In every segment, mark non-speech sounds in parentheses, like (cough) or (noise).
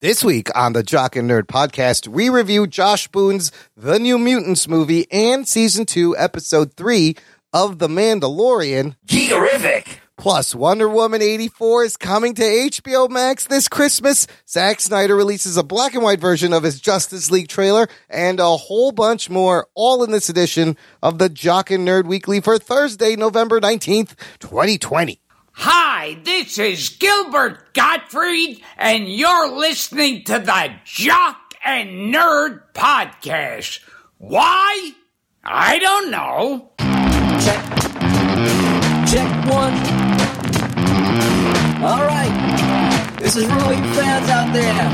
This week on the Jock and Nerd podcast, we review Josh Boone's The New Mutants movie and season 2, episode 3 of The Mandalorian. Georific. Plus, Wonder Woman 84 is coming to HBO Max this Christmas. Zack Snyder releases a black and white version of his Justice League trailer and a whole bunch more, all in this edition of the Jock and Nerd Weekly for Thursday, November 19th, 2020. Hi, this is Gilbert Gottfried, and you're listening to the Jock and Nerd Podcast. Why? I don't know. Check. Check one. All right. This is really fans out there.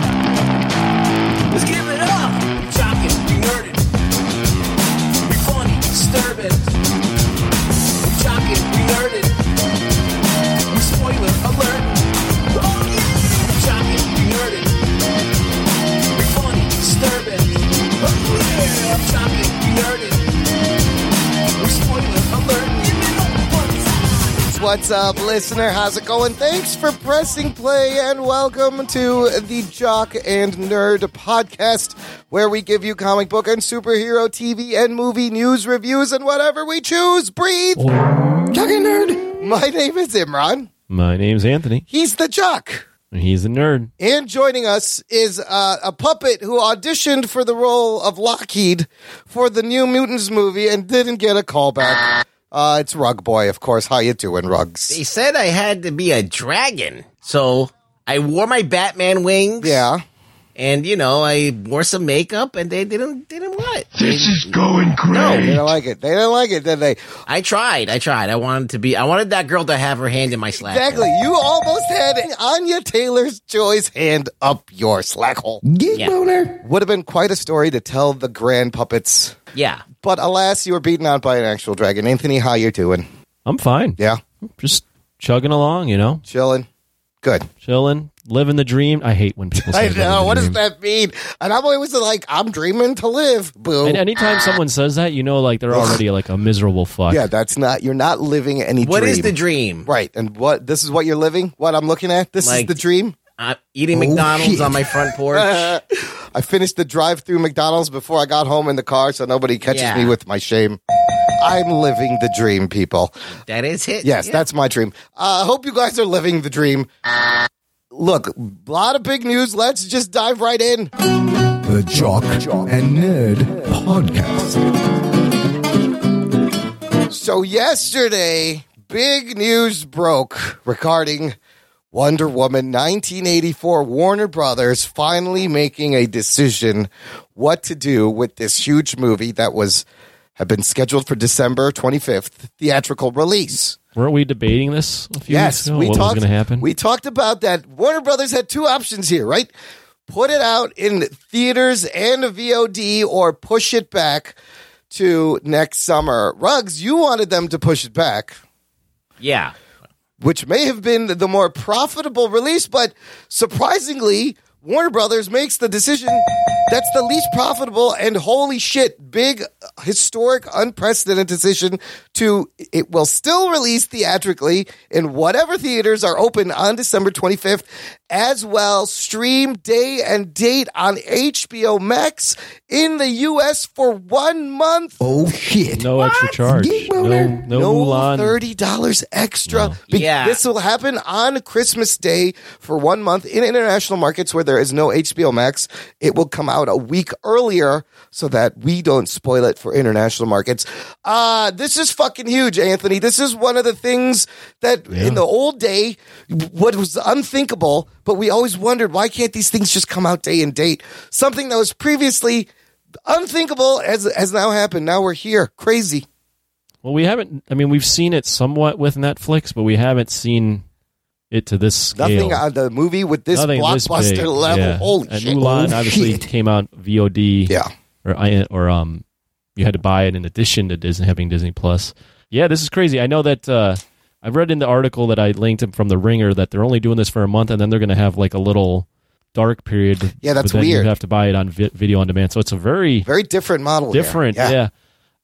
Let's give it up. Talking, we nerded. We funny, disturbing. We talking, we nerded. We spoiler alert. Oh yeah! Talking, we nerded. We funny, disturbing. Oh yeah! Talking, we nerded. We spoiler alert. Give it up, fuck. What's up, listener? How's it going? Thanks for pressing play and welcome to the Jock and Nerd podcast, where we give you comic book and superhero TV and movie news reviews and whatever we choose. Breathe! Jock and Nerd! My name is Imran. My name's Anthony. He's the Jock. and He's a nerd. And joining us is uh, a puppet who auditioned for the role of Lockheed for the New Mutants movie and didn't get a callback. Uh, it's Rug Boy, of course. How you doing, Rugs? They said I had to be a dragon. So I wore my Batman wings. Yeah. And you know, I wore some makeup and they didn't didn't want it. This is going They great. didn't like it. They didn't like it, did they? I tried, I tried. I wanted to be I wanted that girl to have her hand in my slack. Exactly. You almost had Anya Taylor's Joy's hand up your slack hole. Yeah. Would have been quite a story to tell the grand puppets. yeah. But alas, you were beaten out by an actual dragon. Anthony, how you doing? I'm fine. Yeah, Just chugging along, you know, chilling. Good. chilling, living the dream. I hate when people (laughs) say I know. living What the does dream. that mean? And I'm always like, I'm dreaming to live. Boo. And anytime someone says that, you know, like they're already like a miserable fuck. yeah, that's not. You're not living any. What dream. is the dream? Right. And what? This is what you're living. What I'm looking at. This is Like- the dream. I'm Uh, eating McDonald's Oh, shit. on (laughs) my front porch. I finished the drive through McDonald's before I got home in the car so nobody catches Yeah. me with my shame. I'm living the dream, people. that is it. Yes, Yeah. that's my dream. I uh, hope you guys are living the dream. Look, a lot of big news. Let's just dive right in. The Jock and Nerd Podcast. So, yesterday, big news broke regarding Wonder Woman 1984. Warner Brothers finally making a decision what to do with this huge movie that was had been scheduled for December 25th theatrical release. Weren't we debating this a few Yes, weeks ago? we what talked was going to happen? We talked about that Warner Brothers had two options here, right? Put it out in theaters and a VOD or push it back to next summer. Ruggs, you wanted them to push it back Yeah. which may have been the more profitable release, but surprisingly, Warner Brothers makes the decision that's the least profitable and holy shit, big, historic, unprecedented decision to it will still release theatrically in whatever theaters are open on December 25th, as well stream day and date on HBO Max in the US for one month. Oh shit. no extra charge. No, no, No Mulan. thirty dollars extra. Be- Yeah. this will happen on Christmas Day for one month in international markets where there is no HBO Max. It will come out a week earlier so that we don't spoil it for international markets. Uh this is fucking huge, Anthony. This is one of the things that in the old day what was unthinkable, but we always wondered why can't these things just come out day and date? Something that was previously unthinkable has has now happened. Now we're here. Crazy. Well, we haven't. I mean, we've seen it somewhat with Netflix, but we haven't seen it to this scale. Nothing on the movie with this Nothing this blockbuster big. level. Yeah. Holy and shit. Mulan Oh, obviously shit. (laughs) came out VOD. Yeah. or I or um you had to buy it in addition to Disney having Disney Plus. Yeah, this is crazy. I know that uh I've read in the article that I linked him from the Ringer that they're only doing this for a month and then they're going to have like a little dark period. Yeah, that's but then weird. You have to buy it on vi- video on demand. So it's a very Very different model. there. different. Yeah.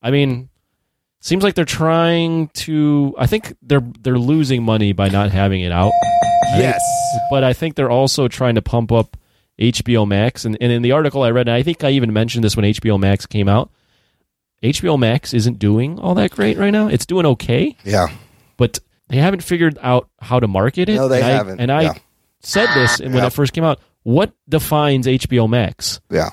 I mean, seems like they're trying to I think they're they're losing money by not having it out. Yes. But I think they're also trying to pump up HBO Max. And, and in the article I read, and I think I even mentioned this when HBO Max came out, HBO Max isn't doing all that great right now. It's doing okay, Yeah. but they haven't figured out how to market it. No, they and I- haven't. and I Yeah. Ah, said this when Yeah. it first came out. What defines HBO Max? Yeah.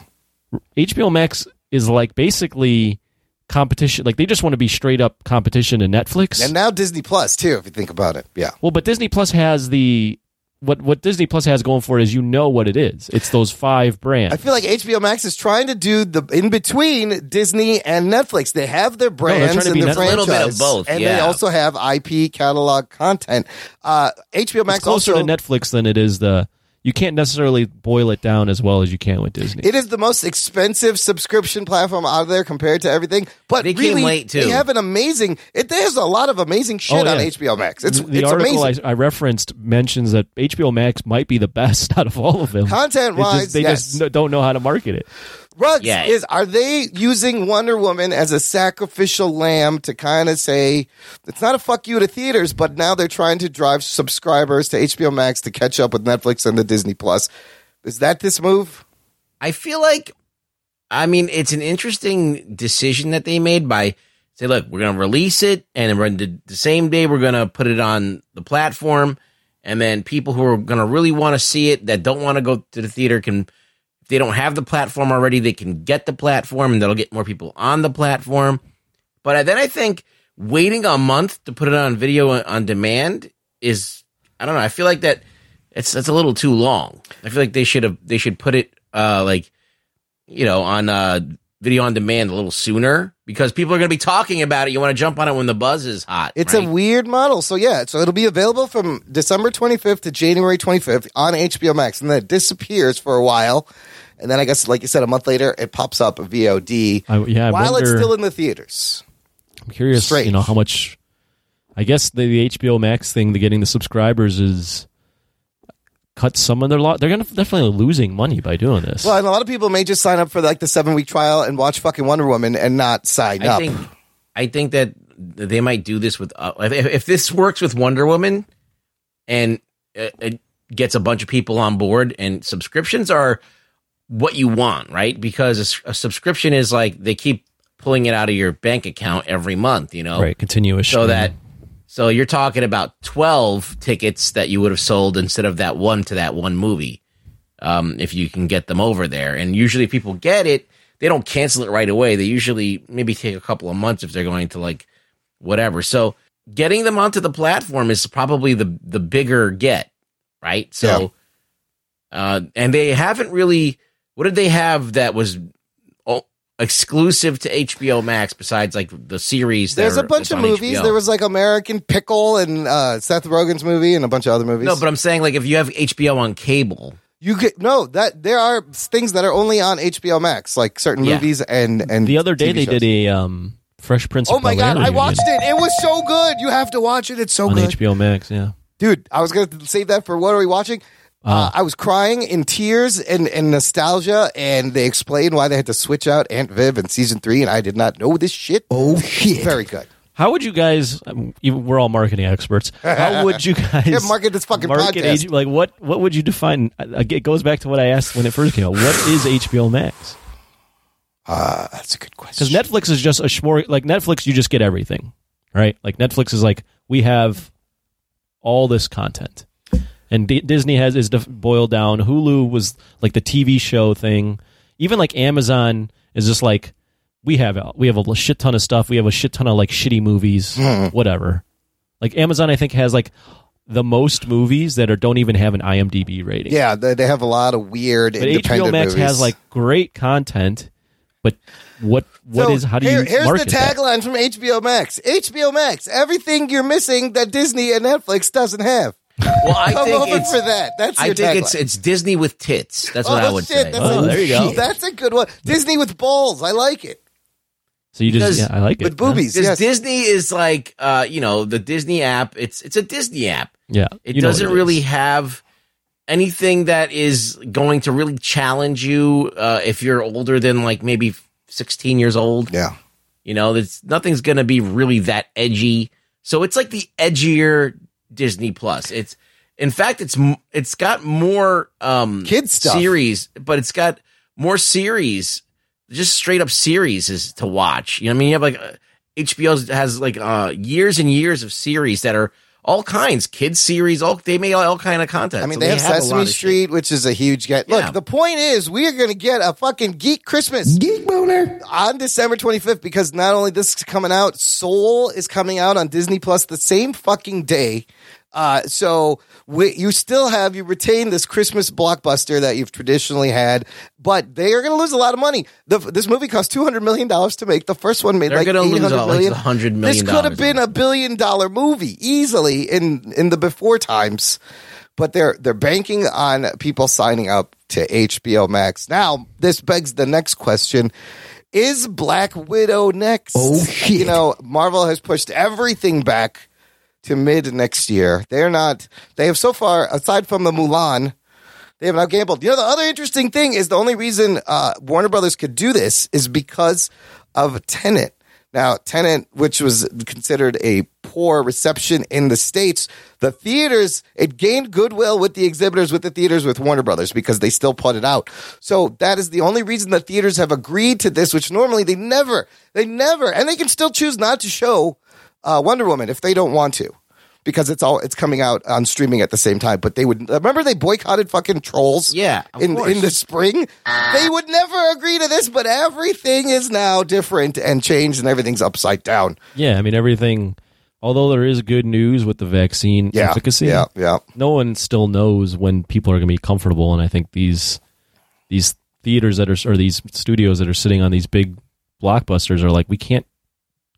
HBO Max is like basically competition. Like they just want to be straight up competition to Netflix. And now Disney Plus too, if you think about it. Yeah. well, but Disney Plus has the what what Disney Plus has going for it is you know what it is. It's those five brands. I feel like HBO Max is trying to do the in between Disney and Netflix. They have their they're brands trying to and be their Netflix. A franchise, little bit of both, and they yeah. also have IP catalog content. Uh, HBO Max it's closer also to Netflix than it is the. You can't necessarily boil it down as well as you can with Disney. It is the most expensive subscription platform out there compared to everything. But They really, came late, too. They have an amazing. It, there's a lot of amazing shit Oh, on yeah. HBO Max. It's the it's article amazing. I, I referenced mentions that HBO Max might be the (laughs) best out of all of them. It's Content-wise, just- they yes. just n- don't know how to market it. Rugs Yeah. is are they using Wonder Woman as a sacrificial lamb to kind of say it's not a fuck you to theaters, but now they're trying to drive subscribers to HBO Max to catch up with Netflix and the Disney Plus. Is that this move? I feel like, I mean, it's an interesting decision that they made by say, look, we're going to release it, and then we're the, the same day we're going to put it on the platform, and then people who are going to really want to see it that don't want to go to the theater can, if they don't have the platform already, they can get the platform, and that'll get more people on the platform. But then I think waiting a month to put it on video uh, on demand is, I don't know, I feel like that it's that's a little too long. I feel like they should have they should put it uh like you know on uh video on demand a little sooner because people are going to be talking about it. You want to jump on it when the buzz is hot. It's right? a weird model. So yeah, so it'll be available from December 25th to January 25th on HBO Max, and then it disappears for a while, and then I guess, like you said, a month later it pops up VOD I, yeah, I while it's wonder- still in the theaters. I'm curious, Strange. you know, how much. I guess the, the HBO Max thing, the getting the subscribers is cut some of their lot. They're gonna definitely losing money by doing this. Well, and a lot of people may just sign up for like the seven week trial and watch fucking Wonder Woman and not sign I up. think I think that they might do this with uh, if, if this works with Wonder Woman and uh, it gets a bunch of people on board and subscriptions are what you want, right? Because a s- a, subscription is like they keep pulling it out of your bank account every month, you Oh. know. right, continuous. So Mm-hmm. that so you're talking about 12 tickets that you would have sold instead of that one to that one movie. Um, if you can get them over there. And usually people get it, they don't cancel it right away. They usually maybe take a couple of months if they're going to like whatever. So getting them onto the platform is probably the the bigger get, right? So uh and they haven't really what did they have that was o- exclusive to HBO Max besides like the series that There's a are- bunch that's of on movies. HBO? There was like American Pickle and uh, Seth Rogen's movie and a bunch of other movies. No, but I'm saying like if you have HBO on cable, you get no that there are things that are only on HBO Max, like certain Yeah. movies and and the other day TV they shows. did a um, Fresh Prince. Of Oh my god! Bel-Air I watched reunion it. It was so good. You have to watch it. It's so on good, HBO Max. Yeah, dude. I was gonna save that for what are we watching? Uh, I was crying in tears and, and nostalgia, and they explained why they had to switch out Aunt Viv in season three, and I did not know this shit. Oh shit. Very good. How would you guys? um, even- We're all marketing experts. How would you (laughs) guys Yeah, market this fucking podcast. H- like what? What would you define? uh, It goes back to what I asked when it first came out. What is HBO Max? Uh, That's a good question. Because Netflix is just a schmor. Like Netflix, you just get everything, right? Like Netflix is like we have all this content, and D- Disney has is def- boiled down. Hulu was like the TV show thing. Even like Amazon is just like we have we have a shit ton of stuff. We have a shit ton of like shitty movies, whatever. Like Amazon, I think has like the most movies that are don't even have an IMDb rating. Yeah, they, they have a lot of weird but independent HBO Max movies. has like great content. But what what So, is how do here- you Here's market the that? tagline from HBO Max: HBO Max, everything you're missing that Disney and Netflix doesn't have. well, (laughs) I Come think over it's, Oh, for that. That's I your think it's tagline. it's Disney with tits. That's what oh, I would shit, say. That's Oh, a, there you go. (laughs) That's a good one. Disney with balls. I like it. So you just Because- yeah, I like it With boobies. Yes. Because Disney is like, uh, you know, the Disney app. It's it's a Disney app. Yeah, It You know doesn't what really is. have anything that is going to really challenge you uh, if you're older than like maybe 16 years old. yeah. You know, it's nothing's going to be really that edgy. So it's like the edgier Disney Plus. It's In fact, it's m- it's got more um Kid stuff. series, but it's got more series, just straight up series is to watch. You know what I mean? You have like uh, HBO has like uh years and years of series that are all kinds, kids series, all they make all, all kind of content. I mean, So they, have, a lot Sesame of shit. Street, which is a huge get. Yeah. Look, the point is, we are going to get a fucking geek Christmas Geek boner. on December 25th because not only this is coming out, Soul is coming out on Disney Plus the same fucking day. Uh, so we, you still have you retain this Christmas blockbuster that you've traditionally had, but they are going to lose a lot of money. The, this movie cost two hundred million dollars to make. The first one made They're like eight gonna lose hundred all, like, million. $100 million This could have been a billion dollar movie easily in in the before times, but they're they're banking on people signing up to HBO Max. Now this begs the next question: Is Black Widow next? Oh, shit. You know, Marvel has pushed everything back to mid next year. They're not. They have so far, aside from the Mulan, they have now gambled. You know, the other interesting thing is the only reason uh, Warner Brothers could do this is because of Tenet. Now, Tenet, which was considered a poor reception in the states, the theaters it gained goodwill with the exhibitors, with the theaters, with Warner Brothers because they still put it out. So that is the only reason the theaters have agreed to this, which normally they never, they never, and they can still choose not to show uh, Wonder Woman if they don't want to, because it's all it's coming out on streaming at the same time. But they would remember they boycotted fucking trolls. Yeah, of in course. in the spring, they would never agree to this. But everything is now different and changed, and everything's upside down. Yeah, I mean everything. Although there is good news with the vaccine Yeah, efficacy, yeah, yeah. no one still knows when people are going to be comfortable. And I think these these theaters that are or these studios that are sitting on these big blockbusters are like, we can't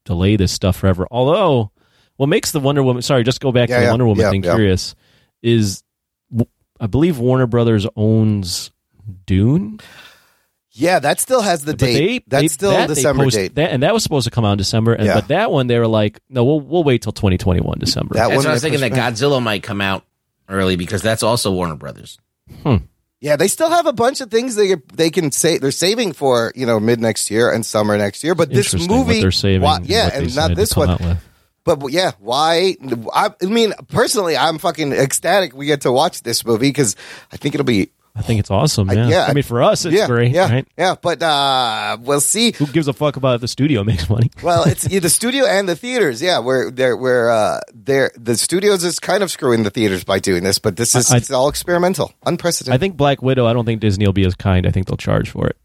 delay this stuff forever. Although, what makes the Wonder Woman? Sorry, just go back Yeah, to the yeah, Wonder Woman yeah, thing. yeah. Curious is, w- I believe Warner Brothers owns Dune. Yeah, that still has the But date. they- That's they- still that they December post- date. That, that- and that was supposed to come out in December. And, Yeah. But that one, they were like, no, we'll we'll wait till 2021 December. one. That's what I was they thinking that pushed back. Godzilla might come out early because that's also Warner Brothers. Yeah, they still have a bunch of things they they can say they're saving for you know mid next year and summer next year. But this Interesting movie, what they're saving. why- yeah, what they and decided not to this come one. out with. But w- yeah, why? I, I mean, personally, I'm fucking ecstatic we get to watch this movie because I think it'll be I think it's awesome. Yeah. I, yeah, mean, for us, it's yeah, great. yeah, Right? yeah. But uh, we'll see. Who gives a fuck about if the studio (laughs) makes money? Well, it's yeah, the studio and the theaters. Yeah, where they're where uh, they're the studios is kind of screwing the theaters by doing this, but this is I- it's all experimental, unprecedented. I think Black Widow. I don't think Disney will be as kind. I think they'll charge for it.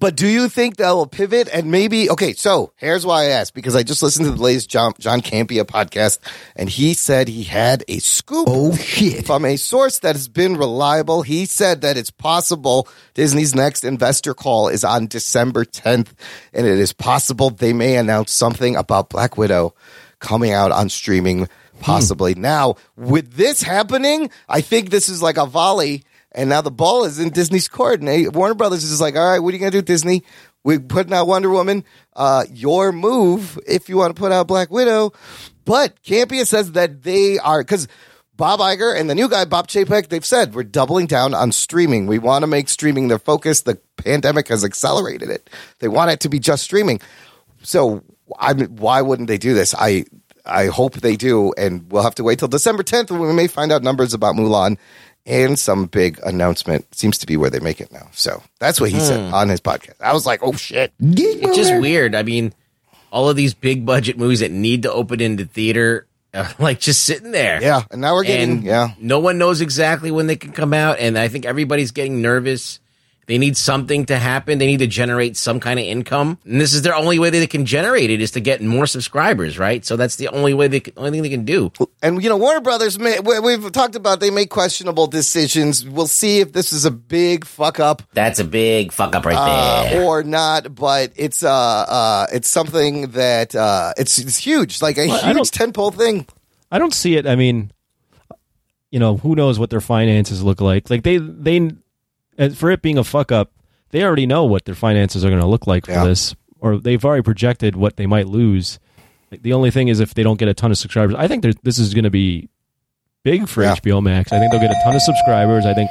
But do you think they'll pivot and maybe okay? So here's why I asked because I just listened to the latest John, John Campia podcast, and he said he had a scoop Oh shit. from a source that has been reliable. He said that it's possible Disney's next investor call is on December 10th, and it is possible they may announce something about Black Widow coming out on streaming, possibly. Hmm. Now, with this happening, I think this is like a volley, and now the ball is in Disney's court. And eh, Warner Brothers is like, all right, what are you going to do, Disney? We're putting out Wonder Woman. Uh, your move if you want to put out Black Widow. But Campia says that they are because Bob Iger and the new guy Bob Chapek, they've said we're doubling down on streaming. We want to make streaming their focus. The pandemic has accelerated it. They want it to be just streaming. So I mean, why wouldn't they do this? I I hope they do, and we'll have to wait till December 10th when we may find out numbers about Mulan and some big announcement. Seems to be where they make it now. So that's what he Hmm. said on his podcast. I was like, oh shit. Geek boner. It's just weird. I mean, all of these big budget movies that need to open into theater (laughs) are like just sitting there. Yeah, and now we're getting And yeah. no one knows exactly when they can come out. And I think everybody's getting nervous. They need something to happen. They need to generate some kind of income. And this is their only way that they can generate it is to get more subscribers, right? So that's the only way they can, only thing they can do. and you know Warner Brothers. May, we- we've talked about they make questionable decisions. We'll see if this is a big fuck up That's a big fuck up right uh, or not, but it's uh, uh it's something that uh it's it's huge, like a Well, I huge tentpole thing. I don't see it. I mean, you know, who knows what their finances look like? Like they they as for it being a fuck up, they already know what their finances are going to look like Yeah. for this, or they've already projected what they might lose. Like, The only thing is if they don't get a ton of subscribers. I think there's- this is going to be big for Yeah. HBO Max. I think they'll get a ton of subscribers. I think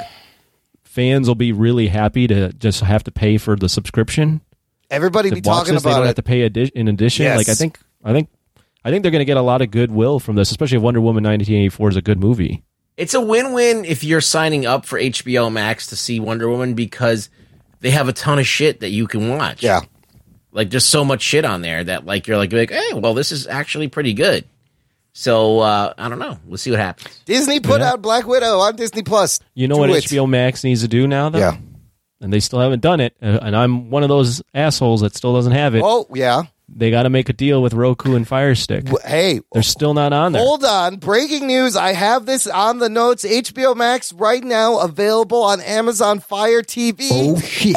fans will be really happy to just have to pay for the subscription. Everybody to be watch talking this, they about don't have it. to pay addi- in addition. Yes. Like I think, I think, I think they're going to get a lot of goodwill from this, especially if Wonder Woman 1984 is a good movie. It's a win-win if you're signing up for HBO Max to see Wonder Woman because they have a ton of shit that you can watch. Yeah. like there's so much shit on there that like you're like, like hey, well, this is actually pretty good. So uh, I don't know. We'll see what happens. Disney put out Black Widow on Disney Plus. You know Do what it. HBO Max needs to do now, though? Yeah. And they still haven't done it. uh, And I'm one of those assholes that still doesn't have it. Oh yeah. They got to make a deal with Roku and Fire Stick. W- Hey, They're still not on there. Hold on. Breaking news. I have this on the notes. HBO Max right now available on Amazon Fire TV. Oh shit.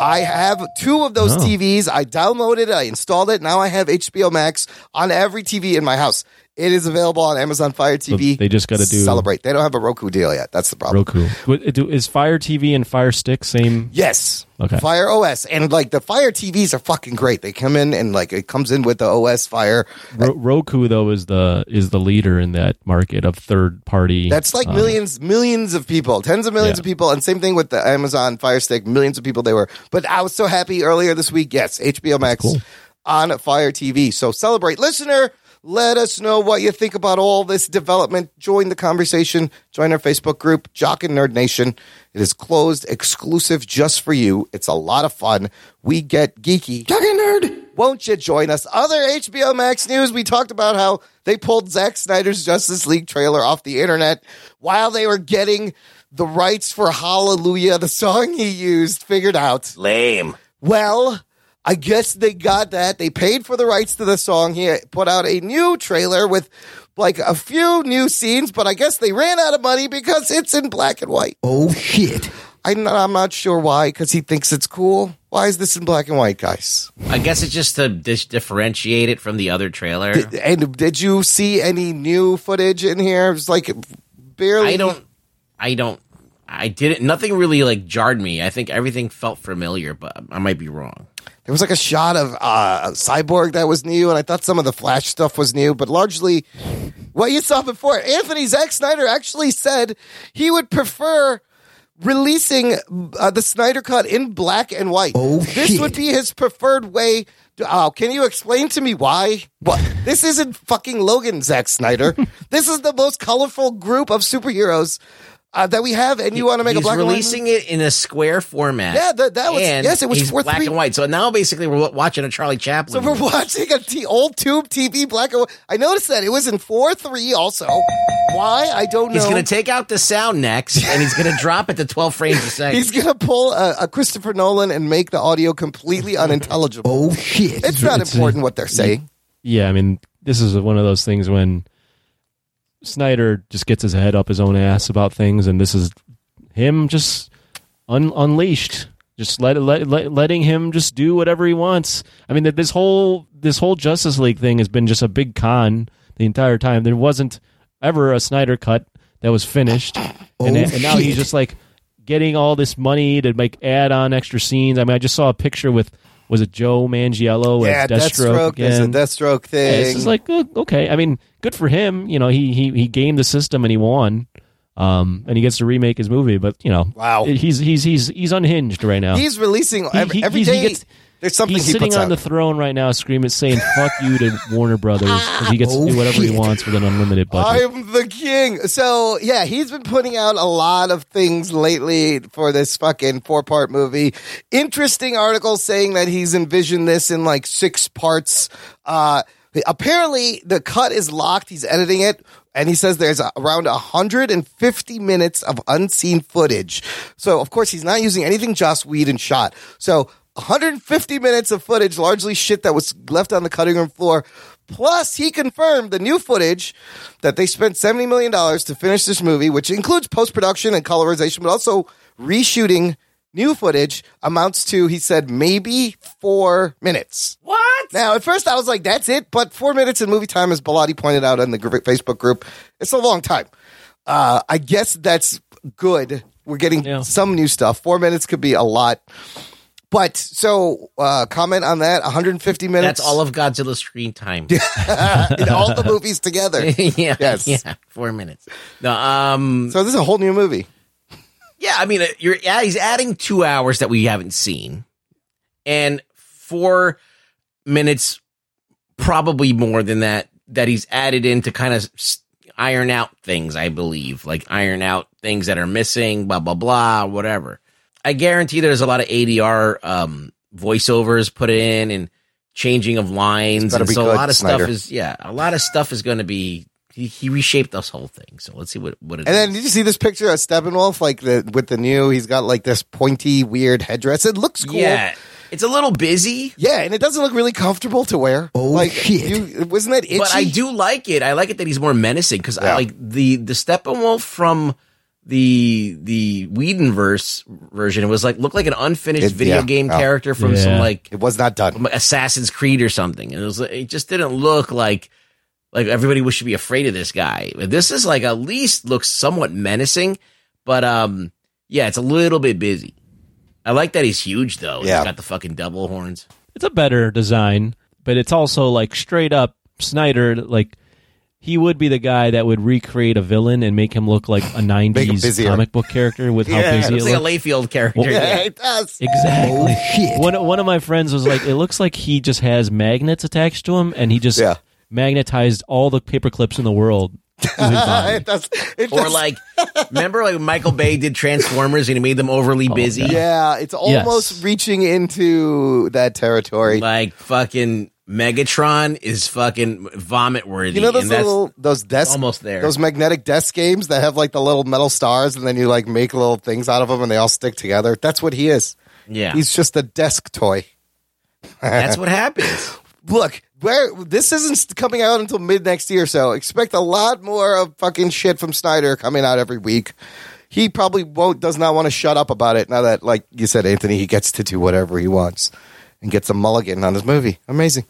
I have two of those Oh. TVs. I downloaded it. I installed it. Now I have HBO Max on every TV in my house. It is available on Amazon Fire TV. they just gotta do- celebrate. They don't have a Roku deal yet. That's the problem. Roku. What- do- Is Fire TV and Fire Stick same? Yes. Okay. Fire OS and like the Fire TVs are fucking great. They come in and like it comes in with the OS Fire. Ro- Roku though is the is the leader in that market of third party. That's like uh, millions, millions of people, tens of millions Yeah. of people, and same thing with the Amazon Fire Stick. Millions of people they were. But I was so happy earlier this week. Yes, HBO Max on Fire TV. So celebrate, listener. Let us know what you think about all this development. Join the conversation. Join our Facebook group, Jock and Nerd Nation. It is closed, exclusive, just for you. It's a lot of fun. We get geeky. Won't you join us? Other HBO Max news. We talked about how they pulled Zack Snyder's Justice League trailer off the internet while they were getting the rights for Hallelujah, the song he used, figured out. Lame. Well, I guess they got that. They paid for the rights to the song. He put out a new trailer with like a few new scenes, but I guess they ran out of money because it's in black and white. Oh shit. I'm not, I'm not sure why, because he thinks it's cool. Why is this in black and white, guys? I guess it's just to dis- differentiate it from the other trailer. And did you see any new footage in here? It was like barely. I don't. I don't. I didn't. Nothing really like jarred me. I think everything felt familiar, but I might be wrong. There was like a shot of uh, Cyborg that was new, and I thought some of the Flash stuff was new, but largely what you saw before. Anthony Zack Snyder actually said he would prefer releasing uh, the Snyder Cut in black and white. Oh, this shit. would be his preferred way. To, oh, can you explain to me why? What? This isn't fucking Logan Zack Snyder. this is the most colorful group of superheroes uh, that we have, and you want to make a He's black and white movie? releasing it in a square format. Yeah, that- that was- And yes, it was he's four- black three- and white. So now basically we're wa- watching a Charlie Chaplin. So we're (laughs) movie. watching a t- old tube TV black and white. I noticed that it was in four three. Also, why I don't know. He's going to take out the sound next, and he's going to drop it to twelve frames a second. He's gonna pull a, a Christopher Nolan and make the audio completely unintelligible. Oh shit. it's not it's a- important what they're saying. Yeah, I mean, this is one of those things when Snyder just gets his head up his own ass about things, and this is him just un- unleashed, just let, let, let letting him just do whatever he wants. I mean, that this whole this whole Justice League thing has been just a big con the entire time. There wasn't ever a Snyder cut that was finished, and, Oh, and now he's shit. just like getting all this money to make add on extra scenes. I mean, I just saw a picture with. Was it Joe Mangiello Yeah, as Deathstroke? Deathstroke. There's a again? Deathstroke Yeah, thing. It's just like oh, okay. I mean, good for him. You know, he he he gamed the system and he won. Um, and he gets to remake his movie, but you know, Wow. he's he's he's he's unhinged right now. he's releasing ev- He- every day. he- he's- he gets- there's something He's he sitting puts on out. the throne right now, screaming, saying "fuck you" to Warner Brothers because he gets Oh, to do whatever shit. he wants with an unlimited budget. I'm the king. So yeah, he's been putting out a lot of things lately for this fucking four part movie. Interesting articles saying that he's envisioned this in like six parts. Uh, apparently the cut is locked. He's editing it. And he says there's around 150 minutes of unseen footage. So, of course, he's not using anything Joss Whedon shot. So, 150 minutes of footage, largely shit that was left on the cutting room floor. Plus, he confirmed the new footage that they spent $70 million to finish this movie, which includes post production and colorization, but also reshooting new footage, amounts to, he said, maybe four minutes. What? Now, at first, I was like, that's it. But four minutes in movie time, as Bilotti pointed out in the gr- Facebook group, it's a long time. Uh, I guess that's good. We're getting Yeah. some new stuff. Four minutes could be a lot. But so, uh, comment on that 150 minutes. That's all of Godzilla's screen time. (laughs) in all the movies together. (laughs) yeah. Yes. Yeah. Four minutes. No. Um. So, this is a whole new movie. Yeah. I mean, uh, you're yeah, he's adding two hours that we haven't seen, and four minutes, probably more than that, that he's added in to kind of iron out things, I believe, like iron out things that are missing, blah, blah, blah, whatever. I guarantee there's a lot of ADR um, voiceovers put in and changing of lines. better And be so a good, lot of Snyder. stuff is, yeah, a lot of stuff is going to be, he, he reshaped this whole thing. So let's see what, what it And then is. did you see this picture of Steppenwolf like the with the new? He's got like this pointy, weird headdress. It looks cool. Yeah. It's a little busy, Yeah, and it doesn't look really comfortable to wear. Oh, like, shit. You, wasn't that itchy? but I do like it. I like it that he's more menacing because I Yeah. like the the Steppenwolf from the the Whedonverse version was like looked like an unfinished It- video yeah, game yeah. character from some Yeah. like It was not done. Assassin's Creed or something, and it was it just didn't look like like everybody was- should be afraid of this guy. But This is like at least looks somewhat menacing, but um yeah, it's a little bit busy. I like that he's huge though. Yeah. He's got the fucking double horns. it's a better design, but it's also like straight up Snyder. Like he would be the guy that would recreate a villain and make him look like a '90s busier. comic book character with how Yeah, busy it It's like a looks. Layfield character. (laughs) Well- Yeah, it does. Exactly. Oh, shit. One one of my friends was like, "It looks like he just has magnets attached to him, and he just Yeah. magnetized all the paper clips in the world." to his body. (laughs) (laughs) it does. It Or does. like, remember like Michael Bay did Transformers and he made them overly busy, Oh, yeah, it's almost reaching into that territory. like fucking Megatron is fucking vomit worthy. you know those and that's little those desk almost there. those magnetic desk games that have like the little metal stars and then you like make little things out of them and they all stick together. That's what he is. yeah, He's just a desk toy. that's what happens. Look, where this isn't coming out until mid next year, so expect a lot more of fucking shit from Snyder coming out every week. He probably won't does not want to shut up about it now that like you said Anthony, he gets to do whatever he wants and gets a mulligan on his movie. Amazing.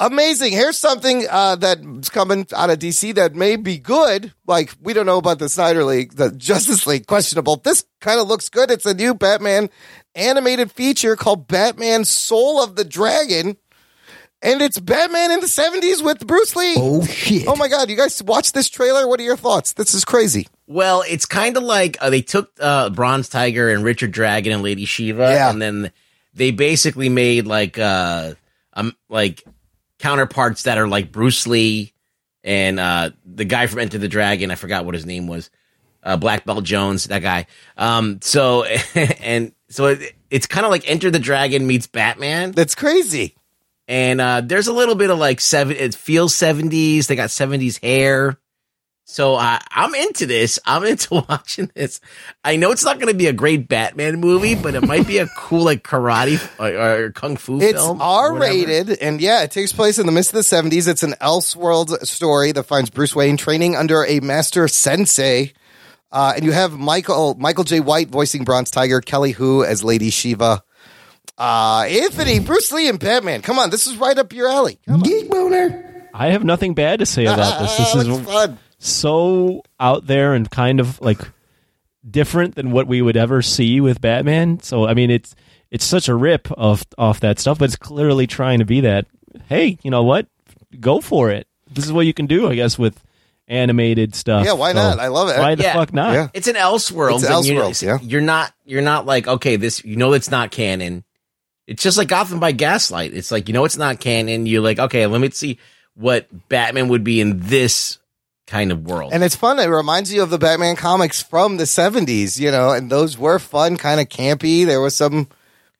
Amazing. Here's something uh, that's coming out of DC that may be good. Like, we don't know about the Snyder League, the Justice League, questionable. This kind of looks good. It's a new Batman animated feature called Batman Soul of the Dragon. And it's Batman in the 70s with Bruce Lee. Oh, shit. Oh my God. You guys watch this trailer. What are your thoughts? This is crazy. Well, it's kind of like uh, they took uh, Bronze Tiger and Richard Dragon and Lady Shiva, Yeah. and then they basically made like uh, um, like counterparts that are like Bruce Lee and uh, the guy from Enter the Dragon. I forgot what his name was. Uh, Black Belt Jones, that guy. Um, so (laughs) and so it, it's kind of like Enter the Dragon meets Batman, That's crazy. and uh, there's a little bit of like seven. It feels seventies. They got seventies hair. So uh, I'm into this. I'm (laughs) into watching this. I know it's not going to be a great Batman movie, but it might be a cool like karate (laughs) or, or kung fu It's film. R or whatever. rated, and yeah, it takes place in the midst of the 70s. It's an Elseworlds story that finds Bruce Wayne training under a master sensei. Uh, and you have Michael Michael J. White voicing Bronze Tiger, Kelly Hu as Lady Shiva. Uh, Anthony, Bruce Lee, and Batman. Come on, this is right up your alley. Come on. Geek boner. I have nothing bad to say about this. This This (laughs) is fun. so out there and kind of like different than what we would ever see with Batman. So I mean, it's it's such a rip of off that stuff, but it's clearly trying to be that. Hey, you know what? Go for it. This is what you can do, I guess, with animated stuff. Yeah, why So not? I love it. Why the Yeah. fuck not? Yeah. It's an Elseworlds. It's and you're- Elseworlds, yeah. You're not. You're not like okay. This. You know, it's not canon. It's just like Gotham by Gaslight. It's like you know, it's not canon. You're like okay. Let me see what Batman would be in this kind of world. And it's fun. It reminds you of the Batman comics from the 70s, you know, and those were fun, kind of campy. There was some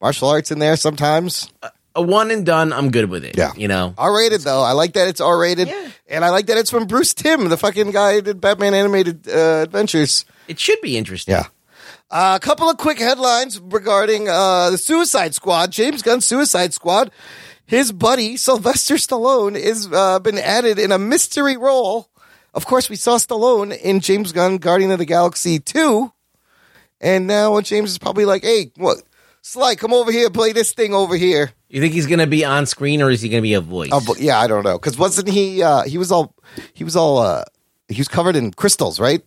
martial arts in there sometimes. a one and done, I'm good with it. Yeah. You know? R rated though. I like that it's R rated, and I like that it's from Bruce Tim, the fucking guy who did Batman animated uh, adventures. It should be interesting. Yeah. Uh, a couple of quick headlines regarding uh, the Suicide Squad, James Gunn's Suicide Squad. His buddy Sylvester Stallone has uh, been added in a mystery role. Of course, we saw Stallone in James Gunn Guardian of the Galaxy two, and now James is probably like, "Hey, what, Sly, come over here, play this thing over here." You think he's gonna be on screen or is he gonna be a voice? Oh, but yeah, I don't know. Because wasn't he? Uh, he was all. He was all. Uh, he was covered in crystals, right?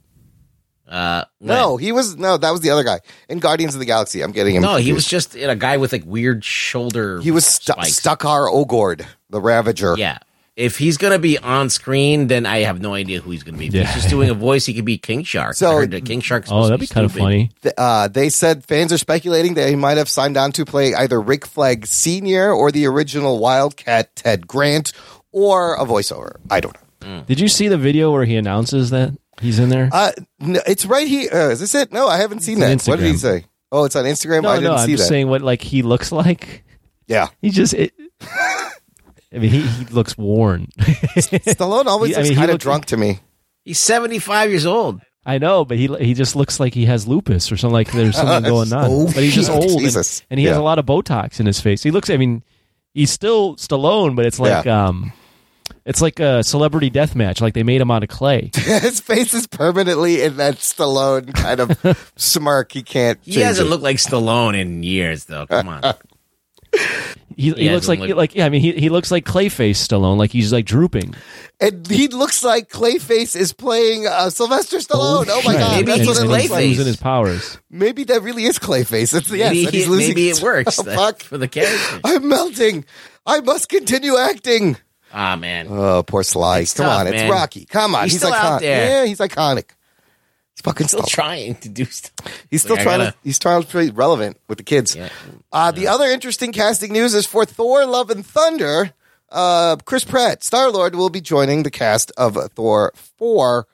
uh No, he was. No, that was the other guy in Guardians of the Galaxy. I'm getting him. when- No, he was confused. just you know, a guy with like weird shoulder. He was stu- spikes. Stakar Ogord, the Ravager. Yeah. If he's gonna be on screen, then I have no idea who he's gonna be. If Yeah. he's just doing a voice, he could be King Shark. So- I heard that King Shark's Oh, supposed to that'd be kind of stupid. funny. Th- Uh, they said fans are speculating that he might have signed on to play either Rick Flag Senior or the original Wildcat Ted Grant, or a voiceover. I don't know. Did you see the video where he announces that he's in there? Uh, no, it's right here. Uh, is this it? No, I haven't seen that. It's on What did he Instagram. say? Oh, it's on Instagram. no, I didn't no. I'm see just that. saying what like he looks like. yeah, He just. It, (laughs) I mean, he, he looks worn. (laughs) Stallone always He- I looks mean, he kind of looked- drunk to me. (laughs) He's 75 years old. I know, but he he just looks like he has lupus or something like (laughs) there's something going on. Oh, but he's just shit. old, and- Jesus. And, he has Yeah. a lot of Botox in his face. He looks. I mean, he's still Stallone, but it's like um, it's like a celebrity death match. Like they made him out of clay. His face is permanently in that Stallone kind (laughs) of smirk. He can't. He change hasn't it. looked like Stallone in years, though. (laughs) Come on. He, he Yeah, looks doesn't like look- like yeah. I mean, he he looks like Clayface Stallone. Like he's like drooping. And he looks like Clayface is playing uh, Sylvester Stallone. Oh, my Right. god, Maybe that's what and, he's it and looks like. losing his powers. Maybe that really is Clayface. It's yes, maybe, and he's he- losing. maybe (laughs) it works Oh, then, fuck! for the character. (laughs) I'm melting. I must continue acting. Ah, man. Oh, poor Sly. It's Come tough, on, man. it's Rocky. Come on, He's he's, still iconic. out there. Yeah, he's iconic. He's fucking still Stallone. trying to do stuff. He's still Like, I trying to. gotta- He's trying to be relevant with the kids. Yeah. Uh, The other interesting casting news is for Thor: Love and Thunder. Uh, Chris Pratt, Star Lord, will be joining the cast of Thor Four,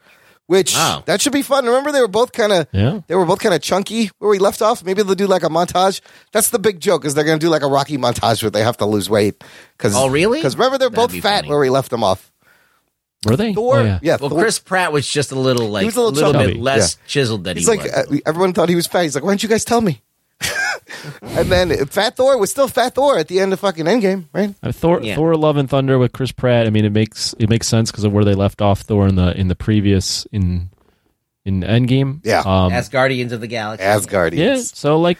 which Wow. that should be fun. Remember, they were both kind of Yeah. they were both kind of chunky where we left off. Maybe they'll do like a montage. That's the big joke is they're going to do like a Rocky montage where they have to lose weight. Cause, Oh, really? Because remember, they're That'd both be fat funny. where we left them off. Were they? Thor, Oh, yeah, yeah. Well, Thor- Chris Pratt was just a little like was a a little little, chubby. bit less chiseled than It's he like was. uh, everyone thought he was fat. He's like, why didn't you guys tell me? (laughs) and then Fat Thor was still Fat Thor at the end of fucking Endgame, right? Uh, Thor, Yeah. Thor: Love and Thunder with Chris Pratt. I mean, it makes it makes sense because of where they left off Thor in the in the previous in in Endgame. Yeah. um, As Guardians of the Galaxy. Asgardians. yeah. So like,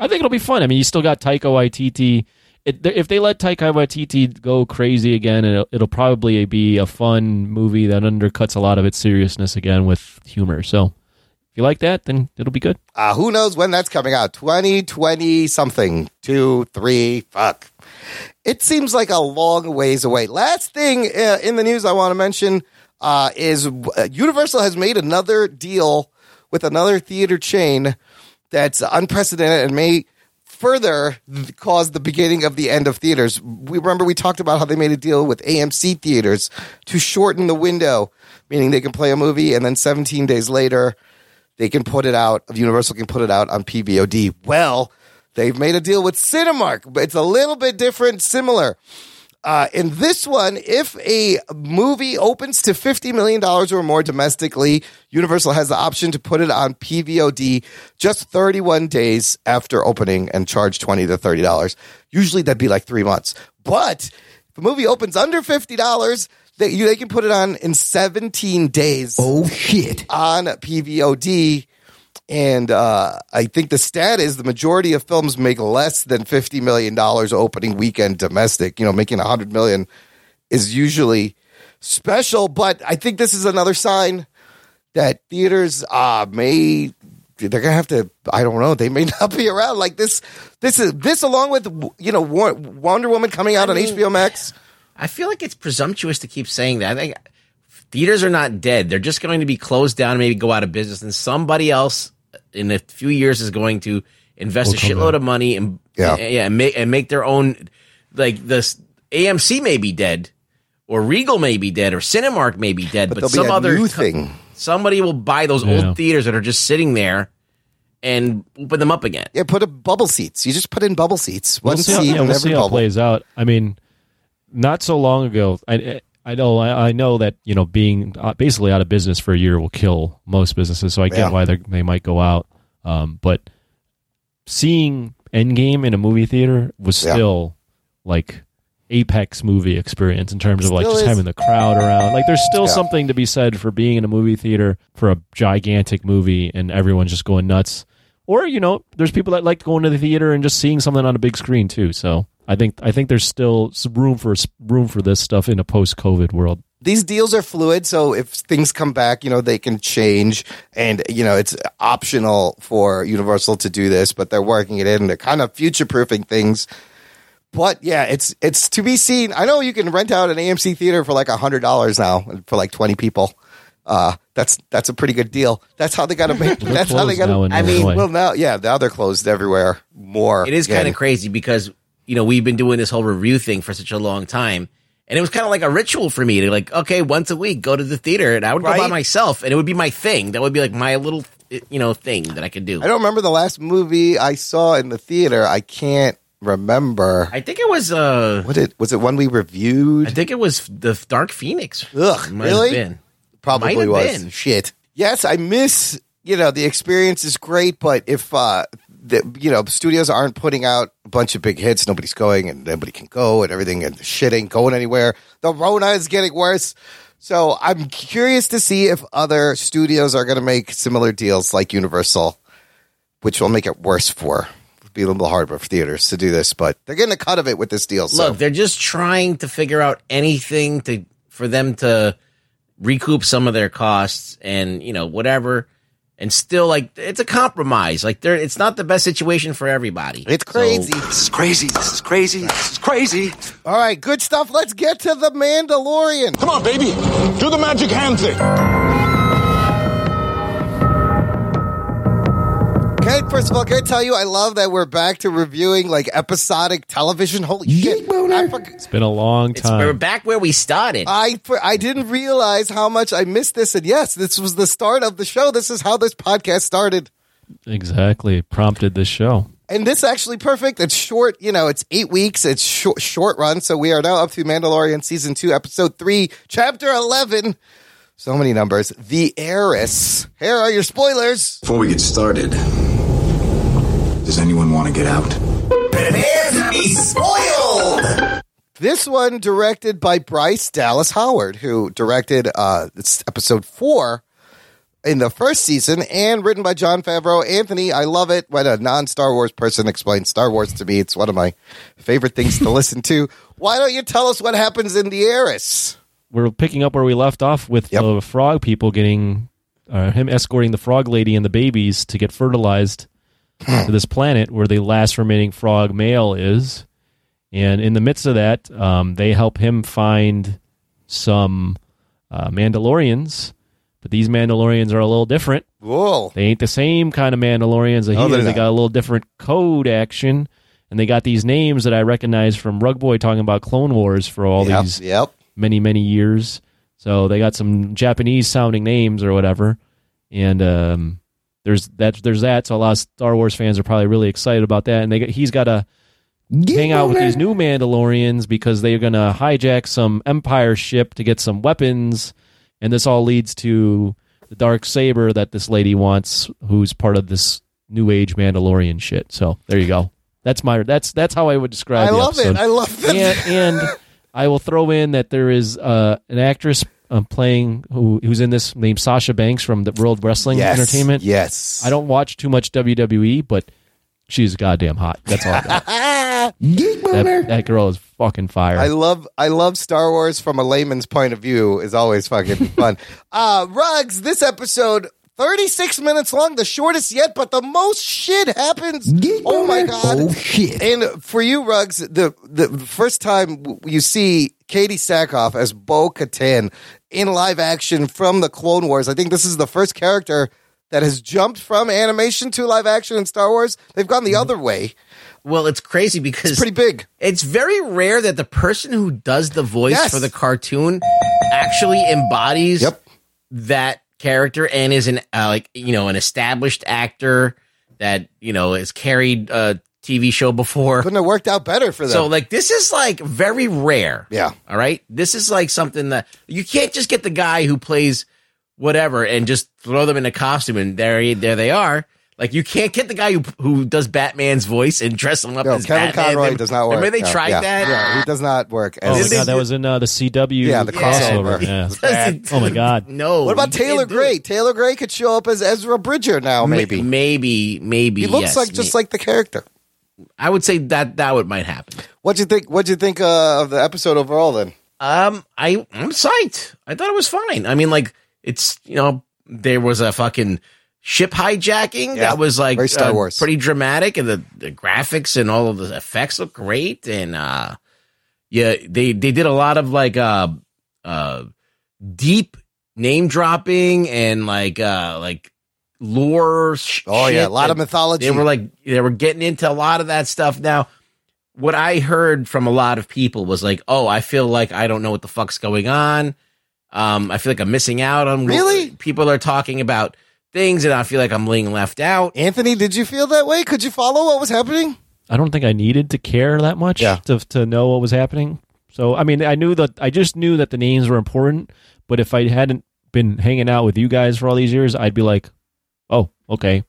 I think it'll be fun. I mean, you still got Taika Waititi. It, if they let Taika Waititi go crazy again, it'll, it'll probably be a fun movie that undercuts a lot of its seriousness again with humor. So if you like that, then it'll be good. Uh, who knows when that's coming out? 2020 something. Two, three, fuck. It seems like a long ways away. Last thing uh, in the news I want to mention uh, is uh, Universal has made another deal with another theater chain that's unprecedented and may further th- cause the beginning of the end of theaters. We remember we talked about how they made a deal with AMC theaters to shorten the window, meaning they can play a movie and then 17 days later they can put it out. Universal can put it out on PVOD. Well, they've made a deal with Cinemark, but it's a little bit different, similar. Uh, in this one, if a movie opens to $50 million or more domestically, Universal has the option to put it on PVOD just 31 days after opening and charge $20 to $30. Usually that'd be like three months. But if a movie opens under $50, they, you, they can put it on in 17 days Oh shit. on PVOD. And uh, I think the stat is the majority of films make less than $50 million opening weekend domestic. You know, making $100 million is usually special, but I think this is another sign that theaters uh, may. They're gonna have to. I don't know. They may (laughs) not be around. Like this. This is this along with you know War- Wonder Woman coming out on HBO Max. I feel like it's presumptuous to keep saying that. I think theaters are not dead. They're just going to be closed down and maybe go out of business. And somebody else in a few years is going to invest a shitload of money and Yeah. and- yeah, and, make, and make their own. Like this, AMC may be dead, or Regal may be dead, or Cinemark may be dead, but, There'll some be a other new co- thing. somebody will buy those Yeah. old theaters that are just sitting there and open them up again. Yeah, put a bubble seats. You just put in bubble seats. One we'll see seat how, yeah, in we'll every see how it bubble. plays out. I mean, not so long ago, I- I I know I, I know that you know being uh, basically out of business for a year will kill most businesses. So I get Yeah. why they they might go out, um, but seeing Endgame in a movie theater was Yeah. still like apex movie experience in terms of like Still just is. having the crowd around. Like there's still Yeah. something to be said for being in a movie theater for a gigantic movie and everyone's just going nuts. Or you know, there's people that like going to the theater and just seeing something on a big screen too. So I think I think there's still s- room for s- room for this stuff in a post-COVID world. these deals are fluid so if things come back you know they can change and you know it's optional for universal to do this but they're working it in they're kind of future proofing things but yeah it's it's to be seen i know you can rent out an amc theater for like a hundred dollars now for like 20 people uh that's that's a pretty good deal that's how they gotta make that's how they closed now gotta in i mean Illinois. well now yeah now they're closed everywhere more It is Yeah. kind of crazy because you know we've been doing this whole review thing for such a long time, And it was kind of like a ritual for me to like, okay, once a week, go to the theater, and I would go by Right. myself, and it would be my thing. That would be like my little, eh, you know, thing that I could do. I don't remember the last movie I saw in the theater. I can't remember. I think it was, uh, What did was it one we I reviewed? think it was the Dark Phoenix. Ugh, It might have really? been. Probably might have was. been. Shit. Yes, I miss. You know, the experience is great, but if uh, the, you know studios aren't putting out a bunch of big hits, nobody's going, and nobody can go, and everything, and the shit ain't going anywhere. The Rona is getting worse. So I'm curious to see if other studios are going to make similar deals like Universal, which will make it worse for. It'd be a little harder for theaters to do this, but they're getting a cut of it with this deal. So. Look, they're just trying to figure out anything to for them to recoup some of their costs and you know whatever, and still like it's a compromise. Like they're it's not the best situation for everybody. It's So- crazy. This is crazy. This is crazy. This is crazy. All right, good stuff. Let's get to the Mandalorian. Come on, baby. Do the magic hand thing. Okay, first of all, can I tell you I love that we're back to reviewing like episodic television. Holy shit! I, forg- It's been a long It's- we're time. back where we started. I for- I didn't realize how much I missed this, and yes, this was the start of the show. This is how this podcast started. exactly. It prompted this show. And this is actually perfect. It's short, you know, it's eight weeks. It's short, short run. So we are now up to Mandalorian season two, episode three, chapter 11. So many numbers. The heiress. Here are your spoilers. Before we get started, does anyone want to get out? This one directed by Bryce Dallas Howard, who directed uh, it's episode four in the first season and written by John Favreau. Anthony, I love it when a non Star Wars person explains Star Wars to me. It's one of my favorite things to listen to. (laughs) Why don't you tell us what happens in The Heiress? We're picking up where we left off with Yep. the frog people getting, uh, him escorting the frog lady and the babies to get (clears throat) fertilized to this planet where the last remaining frog male is. And in the midst of that, um, they help him find some uh, Mandalorians. But these Mandalorians are a little different. Whoa. They ain't the same kind of Mandalorians that he No, they're is. They not. got a little different code action, and they got these names that I recognize from Rug Boy talking about Clone Wars for all Yep, these yep. many many years. So they got some Japanese sounding names or whatever, and um, there's that there's that. So a lot of Star Wars fans are probably really excited about that, and they got- he's got to hang out with these new Mandalorians because they're gonna hijack some Empire ship to get some weapons, and this all leads to the dark saber that this lady wants, who's part of this new age Mandalorian shit. So there you go. That's my that's that's how I would describe. I the love it. episode I love that. and, and I will throw in that there is uh, an actress um, playing who who's in this named Sasha Banks from the World Wrestling (laughs) Yes, Entertainment. Yes. I don't watch too much WWE, but she's goddamn hot. That's all I got. (laughs) Ah! that, that girl is fucking fire. I love I love Star Wars from a layman's point of view is always fucking fun. uh Rugs, this episode 36 minutes long, the shortest yet, but the most shit happens. Oh my god. Oh shit. And for you, Ruggs, the the first time w- you see Katie Sackhoff as Bo Katan in live action from the Clone Wars, I think this is the first character that has jumped from animation to live action in Star Wars. They've gone the other way. well, it's crazy because it's, Pretty big. very rare that the person who does the voice Yes. for the cartoon actually embodies Yep. that character and is an uh, like you know an established actor that you know has carried a TV show before. Couldn't have worked out better for them. So like this is like very rare. Yeah. All right. This is like something that you can't just get the guy who plays whatever and just throw them in a costume and there he- there they are. Like you can't get the guy who who does Batman's voice and dress him up No, as Kevin Batman. Conroy They- does not work. Remember they No, tried yeah, that? (laughs) Yeah, he does not work. oh my As This god, is- that was in uh, the CW. Yeah, the crossover. Yeah. Doesn't- (laughs) Oh my god. No. what about you can't Taylor do Gray? it. Taylor Gray could show up as Ezra Bridger now, Ma- maybe. Maybe, maybe. he looks yes, like just may- like the character. I would say that that would might happen. What'd you think? What'd you think uh, of the episode overall? Then Um, I I'm psyched. I thought it was fine. I mean, like it's you know there was a fucking ship hijacking Yeah, that was like uh, very Star Wars. pretty dramatic, and the, the graphics and all of the effects look great, and uh, yeah, they they did a lot of like uh uh deep name dropping and like uh like lore. sh- oh yeah, shit a lot of that- mythology. they were like they were getting into a lot of that stuff now what I heard from a lot of people was like, "Oh, I feel like I don't know what the fuck's going on. Um, I feel like I'm missing out on what- Really? people are talking about things, and I feel like I'm being left out." Anthony, did you feel that way? Could you follow what was happening? I don't think I needed to care that much Yeah. to to know what was happening. So I mean, I knew that I just knew that the names were important. But if I hadn't been hanging out with you guys for all these years, I'd be like, oh, okay.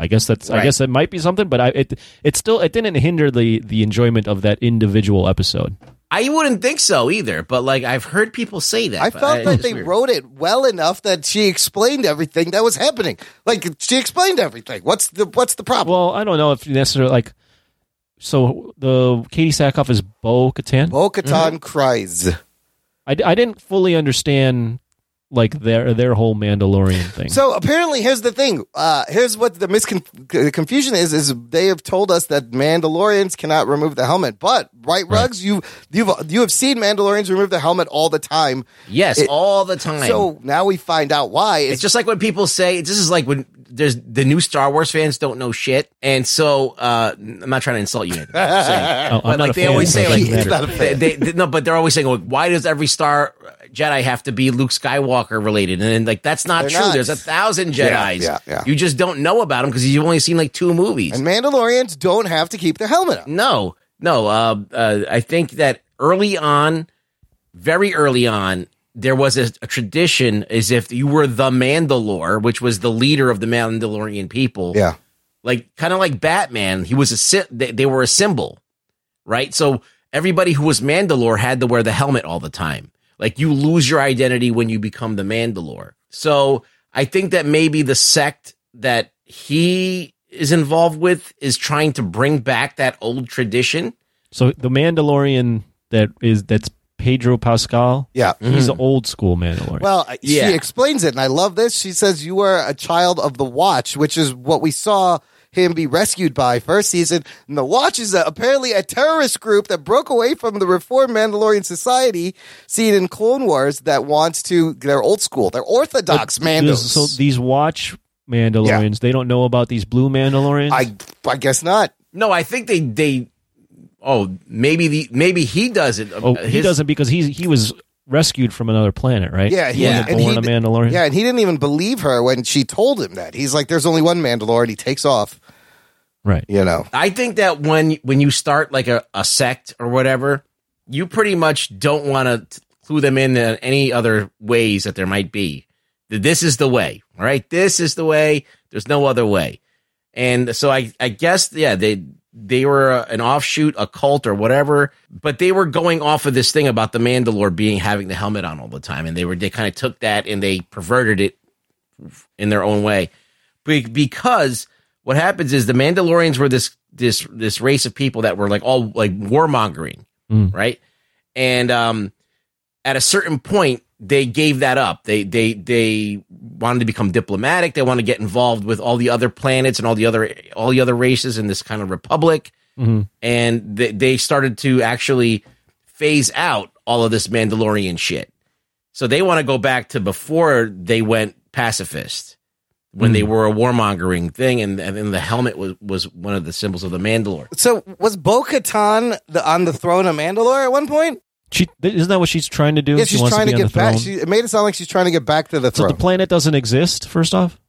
I guess that's I Right. guess that might be something. But I it it still it didn't hinder the the enjoyment of that individual episode. I wouldn't think so either, but like I've heard people say that. I but felt that it's they weird. wrote it well enough that she explained everything that was happening. Like she explained everything. What's the what's the problem? Well, I don't know if necessarily like. So the Katie Sackhoff is Bo Katan. mm-hmm. Bo-Katan cries. I, I didn't fully understand like their their whole Mandalorian thing. So apparently, here's the thing. Uh, here's what the misconfusion confusion is: is they have told us that Mandalorians cannot remove the helmet, but right, Rugs, you you've you have seen Mandalorians remove the helmet all the time. Yes, It- all the time. So now we find out why. it's just like when people say this is like when there's the new Star Wars fans don't know shit, and so uh, I'm not trying to insult you. Nathan, I'm just (laughs) saying. Oh, I'm but not like a they fan, always so it say, like doesn't matter. not a they, they, they- no, but they're always saying, like, why does every Star Jedi have to be Luke Skywalker related? And then, like that's not They're true. not. There's a thousand Jedi's. yeah, yeah. You just don't know about them because you've only seen like two movies. and Mandalorians don't have to keep their helmet up. No, no. Uh, uh, I think that early on, very early on, there was a, a tradition as if you were the Mandalore, which was the leader of the Mandalorian people. Yeah. Like, kind of like Batman, he was a sy- they, they were a symbol, right? So everybody who was Mandalore had to wear the helmet all the time. Like, you lose your identity when you become the Mandalore. So I think that maybe the sect that he is involved with is trying to bring back that old tradition. So the Mandalorian that is that's Pedro Pascal. Yeah. He's an old school Mandalorian. Mm-hmm. Well, I- Yeah. she explains it, and I love this. She says you were a child of the Watch, which is what we saw him be rescued by first season. And the Watch is a, apparently a terrorist group that broke away from the reformed Mandalorian society seen in Clone Wars that wants to. They're old school. They're orthodox Mandos. These- so these watch Mandalorians, they don't know about these blue Mandalorians. I I guess not. No, I think they they. Oh, maybe the maybe he does it. uh, uh, oh, he doesn't because he's he was rescued from another planet, right? Yeah, he he- wasn't and born he a d- Mandalorian. Yeah, and he didn't even believe her when she told him that. He's like, "There's only one Mandalore," and he takes off. right. You know. I think that when when you start like a, a sect or whatever, you pretty much don't want to clue them in to any other ways that there might be. That This is the way, all right? This is the way. There's no other way. And so I I guess yeah they they were uh, an offshoot, a cult or whatever, but they were going off of this thing about the Mandalore being having the helmet on all the time, and they were they kind of took that and they perverted it in their own way. Be- because what happens is the Mandalorians were this this this race of people that were like all like warmongering, Mm. right? And um at a certain point they gave that up. They they they wanted to become diplomatic. They want to get involved with all the other planets and all the other all the other races in this kind of republic. Mhm. And they, they started to actually phase out all of this Mandalorian shit. So they want to go back to before they went pacifist when they were a warmongering thing, and, and then the helmet was, was one of the symbols of the Mandalore. So was Bo Katan the, on the throne of Mandalore at one point? She th- isn't that what she's trying to do? Yeah, She she's wants trying to, be on get the back. throne? She, it made it sound like she's trying to get back to the so throne. the planet doesn't exist. First off,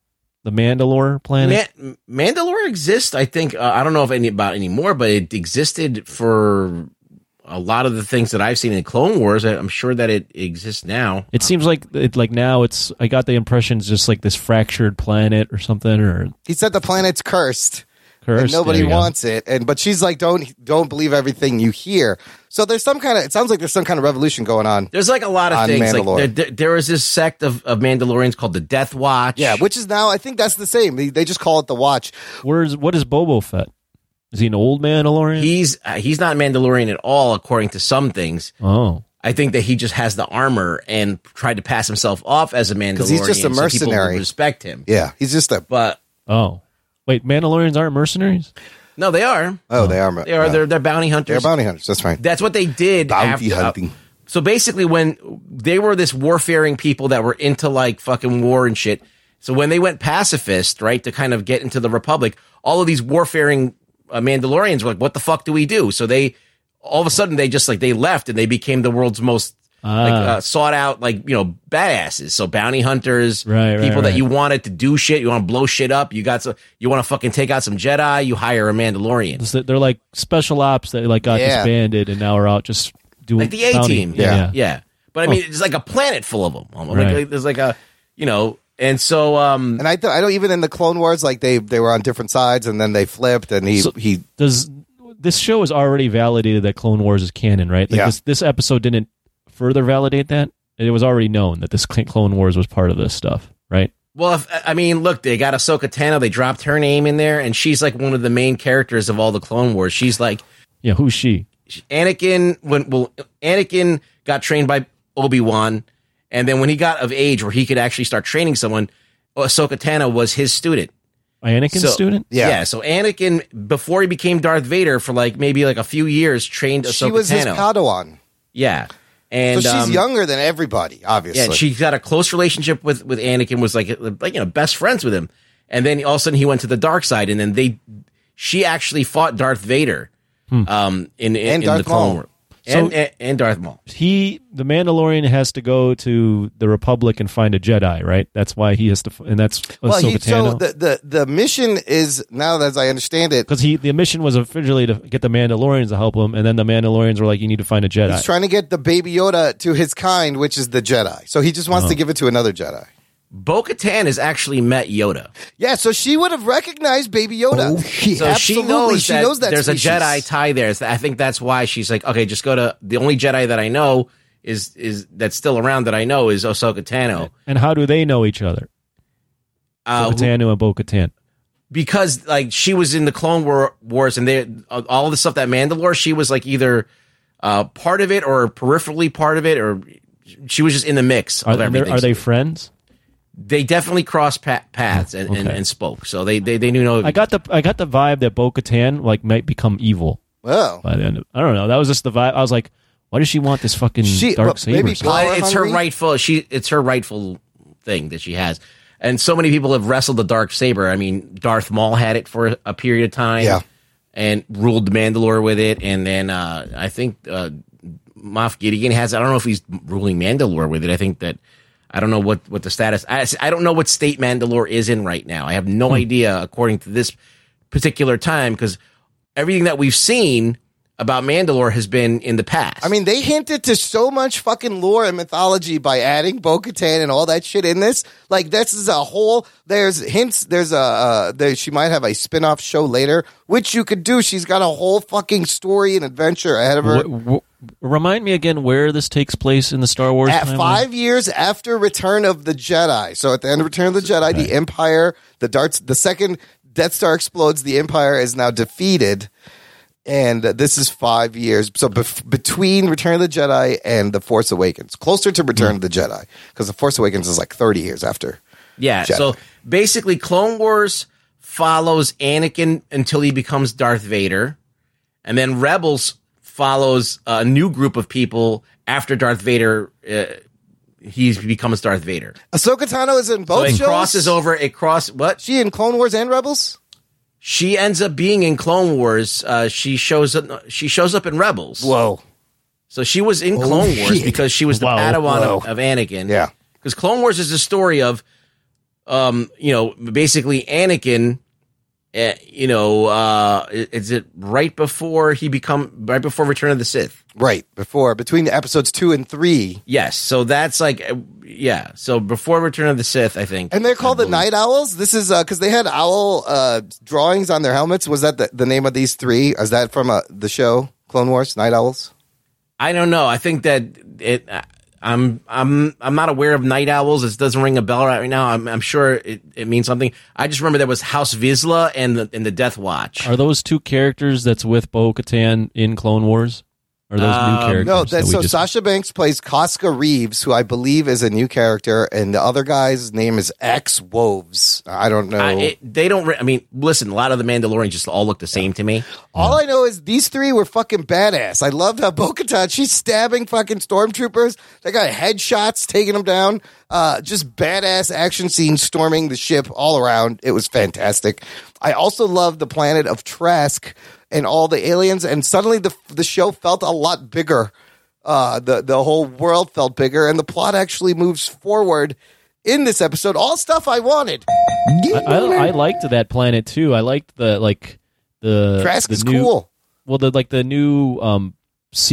the Mandalore planet. Man- Mandalore exists, I think. Uh, I don't know if any about anymore, but it existed for a lot of the things that I've seen in Clone Wars. I- I'm sure that it exists now. uh, It seems like it, like now it's. I got the impression it's just like this fractured planet or something or he said the planet's cursed, cursed. and nobody There you go. wants it. And but she's like, don't don't believe everything you hear. So there's some kind of. It sounds like there's some kind of revolution going on. There's like a lot of On things. Mandalore. Like there, there, there is this sect of, of Mandalorians called the Death Watch. Yeah, which is now I think that's the same. They, they just call it the Watch. Where's what is Bobo Fett? Is he an old Mandalorian? he's uh, he's not Mandalorian at all, according to some things. oh, I think that he just has the armor and tried to pass himself off as a Mandalorian. 'Cause he's just a so people will mercenary. respect him, Yeah, he's just a. but oh, wait. Mandalorians aren't mercenaries. no, they are. Oh, they are. They are. yeah. They're they're bounty hunters. They're bounty hunters. That's right. That's what they did. Bounty after- uh, hunting. so basically, when they were this warfaring people that were into like fucking war and shit. So when they went pacifist, right, to kind of get into the republic, all of these warfaring uh, Mandalorians were like, what the fuck do we do? So they all of a sudden they just like they left and they became the world's most like Ah. uh, sought out like you know badasses. So bounty hunters, Right, right, people that right. you wanted to do shit, you want to blow shit up. You got so you want to fucking take out some Jedi. You hire a Mandalorian. So They're like special ops that like got Yeah. disbanded and now are out just doing like the A bounty. team. Yeah. yeah. But I mean, it's like a planet full of them. Almost. Like, Right. like, there's like a, you know, and so, um, And I, th- I don't even in the Clone Wars, like they they were on different sides, and then they flipped, and he So- he Does this show has already validated that Clone Wars is canon, right? Like Yeah. this, this episode didn't further validate that. It was already known that this Cl- Clone Wars was part of this stuff, right? well, if, I mean, look, they got Ahsoka Tano. They dropped her name in there, and she's like one of the main characters of all the Clone Wars. She's like Yeah, who's she? Anakin when well, Anakin got trained by Obi Wan, and then when he got of age where he could actually start training someone, Ahsoka Tano was his student. Anakin's So- student? Yeah. Yeah. So Anakin, before he became Darth Vader, for like maybe like a few years, trained Ahsoka she was his Tano. Padawan, Yeah. so And she's um, younger than everybody, obviously. Yeah, and she got a close relationship with with Anakin. Was like like you know best friends with him, and then all of a sudden he went to the dark side, and then they she actually fought Darth Vader, um, in in, And in Darth the Clone Maul. War, So- and, and and Darth Maul. He, the Mandalorian, has to go to the Republic and find a Jedi, right? That's why he has to, f- and that's well, Ahsoka he, so Tano. the, the the mission is now as I understand it, Because he, the mission was originally to get the Mandalorians to help him, and then the Mandalorians were like, "You need to find a Jedi." he's trying to get the Baby Yoda to his kind, which is the Jedi. So he just wants Uh-huh. to give it to another Jedi. Bo Katan has actually met Yoda, Yeah, so she would have recognized Baby Yoda. Oh, shit. so Absolutely, she knows she that, knows that there's species. a Jedi tie there. So I think that's why she's like, okay, just go to the only Jedi that I know is is that's still around that I know is Ahsoka Tano. and how do they know each other? Uh, Bo who- Katan and Bo Katan. because like she was in the Clone War- Wars and they all the stuff that Mandalore she was like either uh, part of it or peripherally part of it or she was just in the mix Are, of they- everything. are they friends? They definitely crossed pa- paths and, and, Okay. and spoke, so they they, they knew no. I got the I got the vibe that Bo Katan like might become evil Well, by the end. Of, I don't know. That was just the vibe. I was like, why does she want this fucking She- dark but maybe saber? Power Well, it's her hungry? rightful. She it's her rightful thing that she has, and so many people have wrestled the dark saber. I mean, Darth Maul had it for a period of time, Yeah. and ruled Mandalore with it, and then uh, I think uh, Moff Gideon has. I don't know if he's ruling Mandalore with it. I think that I don't know what what the status. I I don't know what state Mandalore is in right now. I have Hmm. no idea according to this particular time because everything that we've seen about Mandalore has been in the past. I mean, they hinted to so much fucking lore and mythology by adding Bo Katan and all that shit in this. Like, this is a whole. There's hints. There's a. Uh, there, she might have a spin off show later, which you could do. She's got a whole fucking story and adventure ahead of her. Wh- wh- remind me again where this takes place in the Star Wars. At timeline? five years after Return of the Jedi. So at the end of Return of the Jedi, the Empire, the darts, the second Death Star explodes. The Empire is now defeated. And uh, this is five years. So bef- between Return of the Jedi and The Force Awakens, closer to Return of the Hmm. Jedi, because The Force Awakens is like 30 years after. Yeah. Jedi. So basically, Clone Wars follows Anakin until he becomes Darth Vader, and then Rebels follows a new group of people after Darth Vader. Uh, he becomes Darth Vader. Ahsoka Tano is in So both it shows. crosses over. It cross what? She in Clone Wars and Rebels? She ends up being in Clone Wars. Uh, she shows up. She shows up in Rebels. Whoa. So she was in Clone Wars shit. because she was the Wow. Padawan of, Wow. of Anakin. Yeah. Because Clone Wars is the story of, um, you know, basically Anakin. Uh, you know, uh, i- is it right before he become right before Return of the Sith? Right. Before, between episodes two and three. Yes. So that's like, uh, yeah. So before Return of the Sith, I think. And they're called the Night Owls. This is because they had owl uh, drawings on their helmets. Was that the, the name of these three? Is that from uh, the show Clone Wars? Night Owls. I don't know. I think that it. I- I'm I'm I'm not aware of night owls. It doesn't ring a bell right now. I'm I'm sure it, it means something. I just remember there was House Vizsla Oh. and the and the Death Watch. Are those two characters that's with Bo Katan in Clone Wars? Or those new characters? Um, No, that that's we so just- Sasha Banks plays Costco Reeves, who I believe is a new character, and the other guy's name is X Woves. I don't know. I, it, they don't. Re- I mean, listen. A lot of the Mandalorians just all look the same to me. All I know is these three were fucking badass. I loved how bo she's stabbing fucking stormtroopers. They got headshots, taking them down. Uh, just badass action scenes storming the ship all around. It was fantastic. I also loved the planet of Trask and all the aliens, and suddenly the, the show felt a lot bigger. Uh, the, the whole world felt bigger, and the plot actually moves forward in this episode. All stuff I wanted. I, I, I liked that planet too. I liked the like the Trask the is new- cool. Well, the like the new um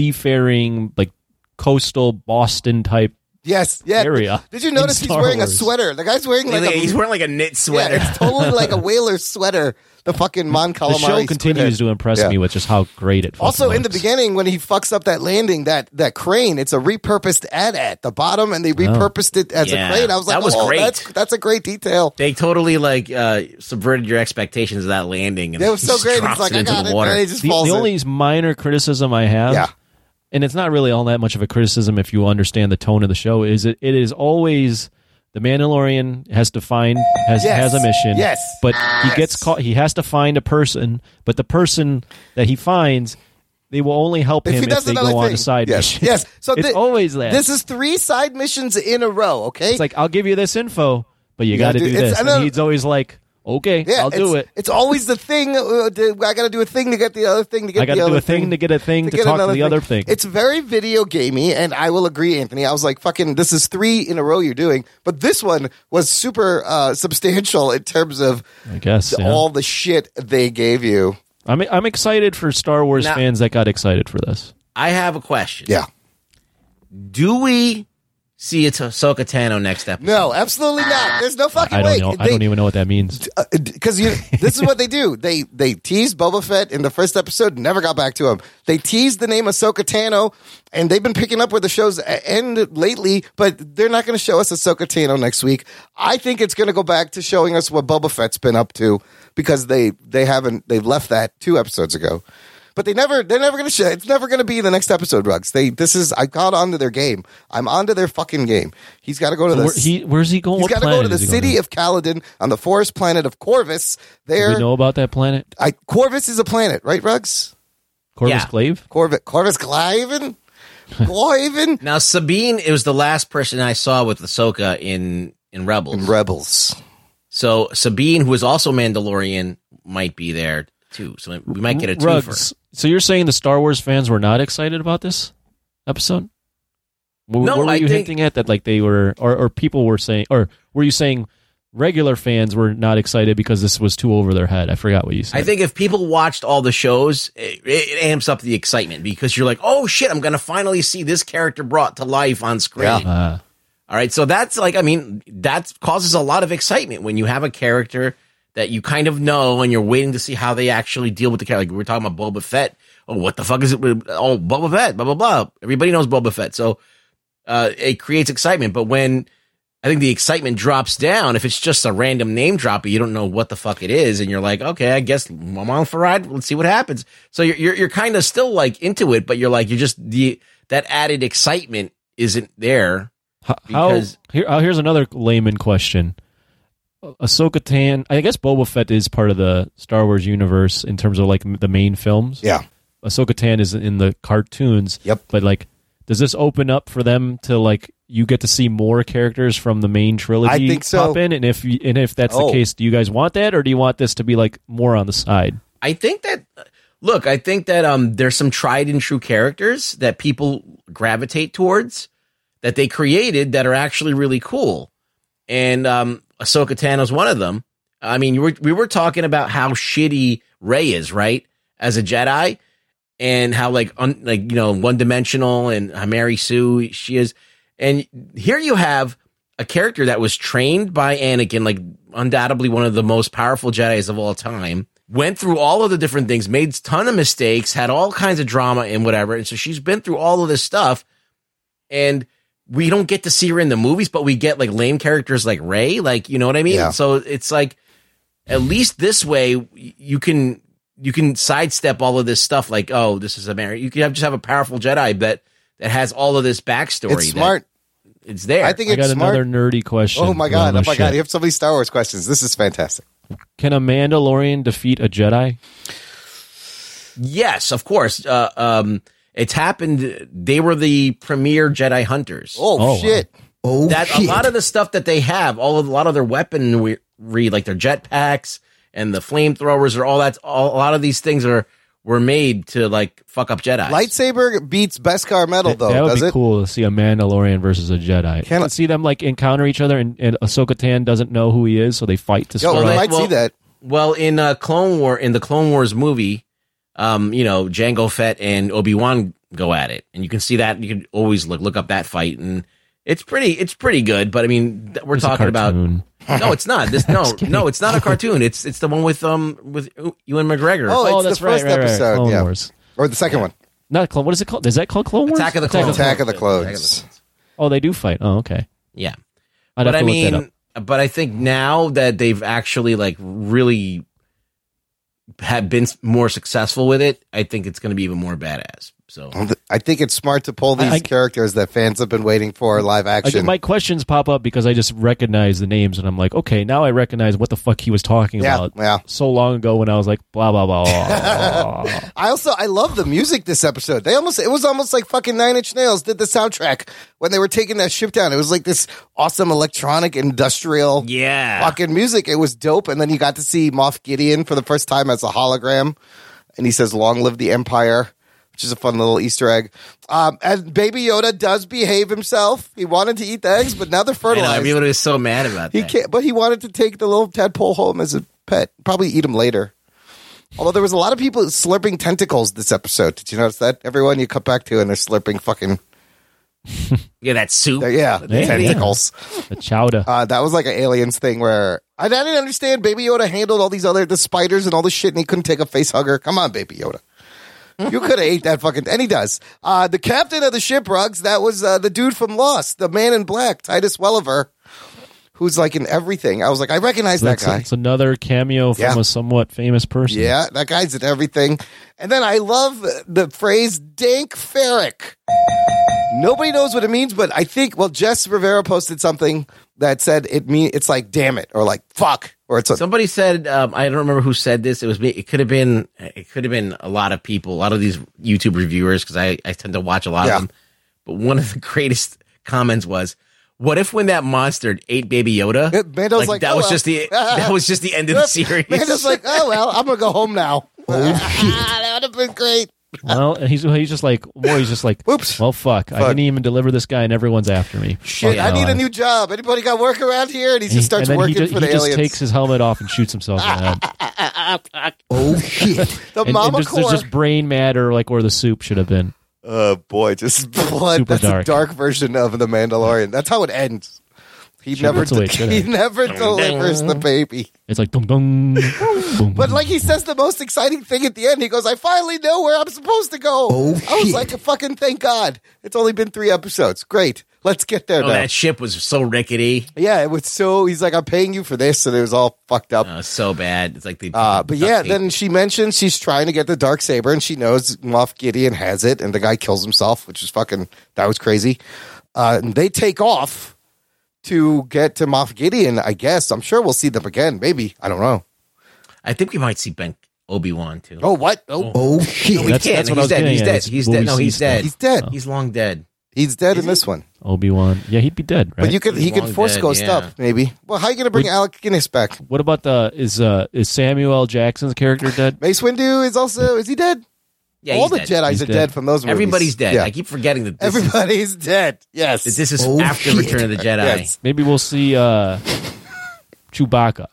seafaring like coastal Boston type Yes, yeah. area Did you in notice he's Star wearing a Wars. sweater? The guy's wearing like a he's wearing like a knit (laughs) sweater. Yeah, (laughs) it's totally like a whaler sweater. The fucking Mon Calamari. the show continues squid. to impress Yeah. me with just how great it. fucking Also, in the looks. beginning, when he fucks up that landing, that that crane, it's a repurposed ad at the bottom, Oh. and they repurposed it as Yeah, a crane. I was like, that was oh, great. That's, that's a great detail. they totally like uh, subverted your expectations of that landing. And It was so just great. He's drops like, it I into got the it, water. and he just the, falls the in. only minor criticism I have, Yeah. and it's not really all that much of a criticism if you understand the tone of the show, is it, it is always the Mandalorian has to find has Yes. has a mission. Yes. But he gets caught he has to find a person, but the person that he finds they will only help him if they go another on the side yes, mission. (laughs) yes. So it's thi- always that. This is three side missions in a row. Okay, it's like I'll give you this info, but you, got gotta to do, do- it's- this. I know- And he's always like, "Okay, I'll it's, do it." It's always the thing. uh, to- I got to do a thing to get the other thing to get. I gotta the do other a thing to get a thing to get talk to another the other thing. It's very video gamey, and I will agree, Anthony. I was like, "Fucking, this is three in a row you're doing," but this one was super uh, substantial in terms of I guess yeah. all the shit they gave you. I'm I'm excited for Star Wars Now- fans that got excited for this. I have a question. Yeah. Do we see it's Ahsoka Tano next episode? No, absolutely not. There's no fucking I don't way. know. I don't even know what that means. because uh, you this is what they do. They they teased Boba Fett in the first episode, never got back to him. They teased the name Ahsoka Tano, and they've been picking up where the shows a- end lately. But they're not going to show us Ahsoka Tano next week. I think it's going to go back to showing us what Boba Fett's been up to because they they haven't they've left that two episodes ago. But they never they're never going to show. It's never going to be the next episode, Rugs. They this is I got onto their game. I'm onto their fucking game. He's got to go to the Where, he, where's he going? He's What got to go to planet the is he going city of Caledon on the forest planet of Corvus. Do we There, know about that planet, I, Corvus is a planet, right, Rugs? Corvus Yeah. Glaive. Corvus, Corvus Cliven, (laughs) Cliven, Now Sabine it was the last person I saw with Ahsoka in in Rebels. Rebels. so Sabine, who is also Mandalorian, might be there too. So we might get a twofer. Rugs. So you're saying the Star Wars fans were not excited about this episode? What, No, what were I you think- hinting at that like they were, or, or people were saying, or were you saying regular fans were not excited because this was too over their head? I forgot what you said. I think if people watched all the shows, it, it amps up the excitement because you're like, oh shit, I'm going to finally see this character brought to life on screen. Uh, All right. So that's like, I mean, that causes a lot of excitement when you have a character that you kind of know and you're waiting to see how they actually deal with the character. Like we we're talking about Boba Fett. Oh, what the fuck is it? with- Oh, Boba Fett, blah, blah, blah. Everybody knows Boba Fett. So uh, it creates excitement. But when I think the excitement drops down, if it's just a random name drop, but you don't know what the fuck it is, and you're like, okay, I guess I'm on for a ride. Let's see what happens. So you're you're, you're kind of still like into it, but you're like, you're just the that added excitement isn't there. h- how, Because- here, oh, here's another layman question. Ahsoka Tan, I guess Boba Fett is part of the Star Wars universe in terms of like m- the main films. Yeah, Ahsoka Tan is in the cartoons. Yep. But like, does this open up for them to like you get to see more characters from the main trilogy I think so. pop in? And if you, and if that's Oh. the case, do you guys want that, or do you want this to be like more on the side? I think that look, I think that um there's some tried and true characters that people gravitate towards that they created that are actually really cool. And um Ahsoka Tano's one of them. I mean, you were, we were talking about how shitty Rey is, right? As a Jedi and how like un, like you know, one-dimensional and how Mary Sue she is. And here you have a character that was trained by Anakin, like undoubtedly one of the most powerful Jedi's of all time, went through all of the different things, made a ton of mistakes, had all kinds of drama and whatever. And so she's been through all of this stuff. And we don't get to see her in the movies, but we get like lame characters like Ray, like, you know what I mean? Yeah. So it's like, at least this way, y- you can you can sidestep all of this stuff like oh this is a marriage you can have, just have a powerful jedi that that has all of this backstory It's smart. that it's there I think I it's got smart. another nerdy question. oh my around god! Oh this my god! shit. You have so many Star Wars questions. This is fantastic. Can a Mandalorian defeat a Jedi? yes of course uh, um it's happened they were the premier jedi hunters Oh, Oh, wow. shit! Oh, that shit. a lot of the stuff that they have, all of, a lot of their weaponry, like their jetpacks and the flamethrowers, or all that, all, a lot of these things are were made to like fuck up Jedi. Lightsaber beats Beskar metal though. that would does be it? cool to see a Mandalorian versus a Jedi. Can Can I- I see them like encounter each other, and, and Ahsoka Tan doesn't know who he is, so they fight to Yo, start. we they- might see well- that. Well, in uh, Clone War, in the Clone Wars movie, um, you know Django Fett and Obi Wan go at it, and you can see that. You can always look look up that fight, and it's pretty it's pretty good. But I mean, th- we're It's a talking about cartoon. no, it's (laughs) not this no no, it's not a cartoon. It's it's the one with um with Ewan McGregor. Oh, it's the that's right, first right, right, right. episode, Clone yeah. Wars. Or the second one, Not Clone. What is it called? Is that called Clone Wars? Attack of the Clones. (laughs) Attack of the Attack of the Clones. Clones. Oh, they do fight. Oh, okay. Yeah. I'd have but I to look that up. mean, but I think now that they've actually like really have been s- more successful with it, I think it's going to be even more badass. So I think it's smart to pull these I- characters that fans have been waiting for live Again, action. my questions pop up because I just recognize the names, and I'm like, okay, now I recognize what the fuck he was talking Yeah, about yeah. so long ago when I was like, blah blah blah. blah, blah. I also I love the music this episode. They almost it was almost like fucking Nine Inch Nails did the soundtrack when they were taking that ship down. It was like this awesome electronic industrial yeah, fucking music. It was dope. And then you got to see Moff Gideon for the first time as a hologram, and he says "Long live the Empire." Which is a fun little Easter egg. Um, and Baby Yoda does behave himself. He wanted to eat the eggs, but now they're I know, fertilized. everyone is so mad about He that. can't, but he wanted to take the little tadpole home as a pet. Probably eat him later. Although there was a lot of people slurping tentacles this episode. Did you notice that? Everyone you cut back to and they're slurping fucking uh, yeah, that soup. yeah tentacles. the chowder. Uh, that was like an aliens thing where I, I didn't understand. Baby Yoda handled all these other the spiders and all this shit, and he couldn't take a face hugger. Come on, Baby Yoda. You could have ate that fucking, and he does. Uh, the captain of the ship, Rugs, that was uh, the dude from Lost, the man in black, Titus Welliver, who's like in everything. I was like, I recognize that That's guy. it's another cameo from Yeah. a somewhat famous person. Yeah, that guy's at everything. And then I love the phrase dank ferric. Nobody knows what it means, but I think well, Jess Rivera posted something that said it mean it's like damn it or like fuck or it's a, Somebody said, um, I don't remember who said this. It was me. It could have been, it could have been a lot of people, a lot of these YouTube reviewers, because I, I tend to watch a lot Yeah. of them. But one of the (laughs) greatest comments was, "What if when that monster ate Baby Yoda, Yeah, Mando's like, that "Oh, was well." just the that was just the (laughs) end of the series." (laughs) Man, it's like oh well, I'm gonna go home (laughs) now. (laughs) Oh, that would have been great. Well, and he's he's just like, well, he's just like, (laughs) Oops. Well, fuck, I Fuck. didn't even deliver this guy, and everyone's after me. Shit, Fuck I no, need a new job. Anybody got work around here? And he just starts and then working he just, for the he just aliens. takes his helmet off and shoots himself in the (laughs) head. Oh, shit. the (laughs) And, and mama there's, there's core. just brain matter, like where the soup should have been. Oh boy, just blood. Super That's a dark. dark version of the Mandalorian. That's how it ends. He Sure, never that's the way it de- should he end. (laughs) never delivers the baby. It's like dum (laughs) dum. boom, But boom. like he says, the most exciting thing at the end, he goes, "I finally know where I'm supposed to go." Oh, I was shit. like, "Fucking thank God!" It's only been three episodes. Great, let's get there oh, now. that ship was so rickety, yeah, it was so. He's like, "I'm paying you for this," and it was all fucked up. uh, so bad. It's like the Uh, but yeah, then she mentions she's trying to get the dark saber, and she knows Moff Gideon has it, and the guy kills himself, which is fucking that was crazy. Uh, and they take off to get to Moff Gideon. I guess I'm sure we'll see them again. Maybe I don't know. I think we might see Ben Obi Wan too. Oh, what? Oh, Oh, shit. we That's- can't. Oh. that's what I he's was dead. getting He's at, dead. is He's what dead. we No, see Oh. he's still. dead. he's dead. He's long dead. He's dead in this one. Obi Wan. Yeah, he'd be dead, right? But you could he He's could long force dead, ghost yeah. up maybe. Well, how are you gonna bring Alec Guinness back? what about the is uh is Samuel L. Jackson's character dead? Mace Windu is also is he dead? Yeah, All he's the dead. Jedi's He's are dead. dead. from those. Movies. Everybody's dead. Yeah. I keep forgetting that this is Everybody's dead. Yes. that this is Oh, after shit. Return of the Jedi. Yes. Maybe we'll see uh Chewbacca.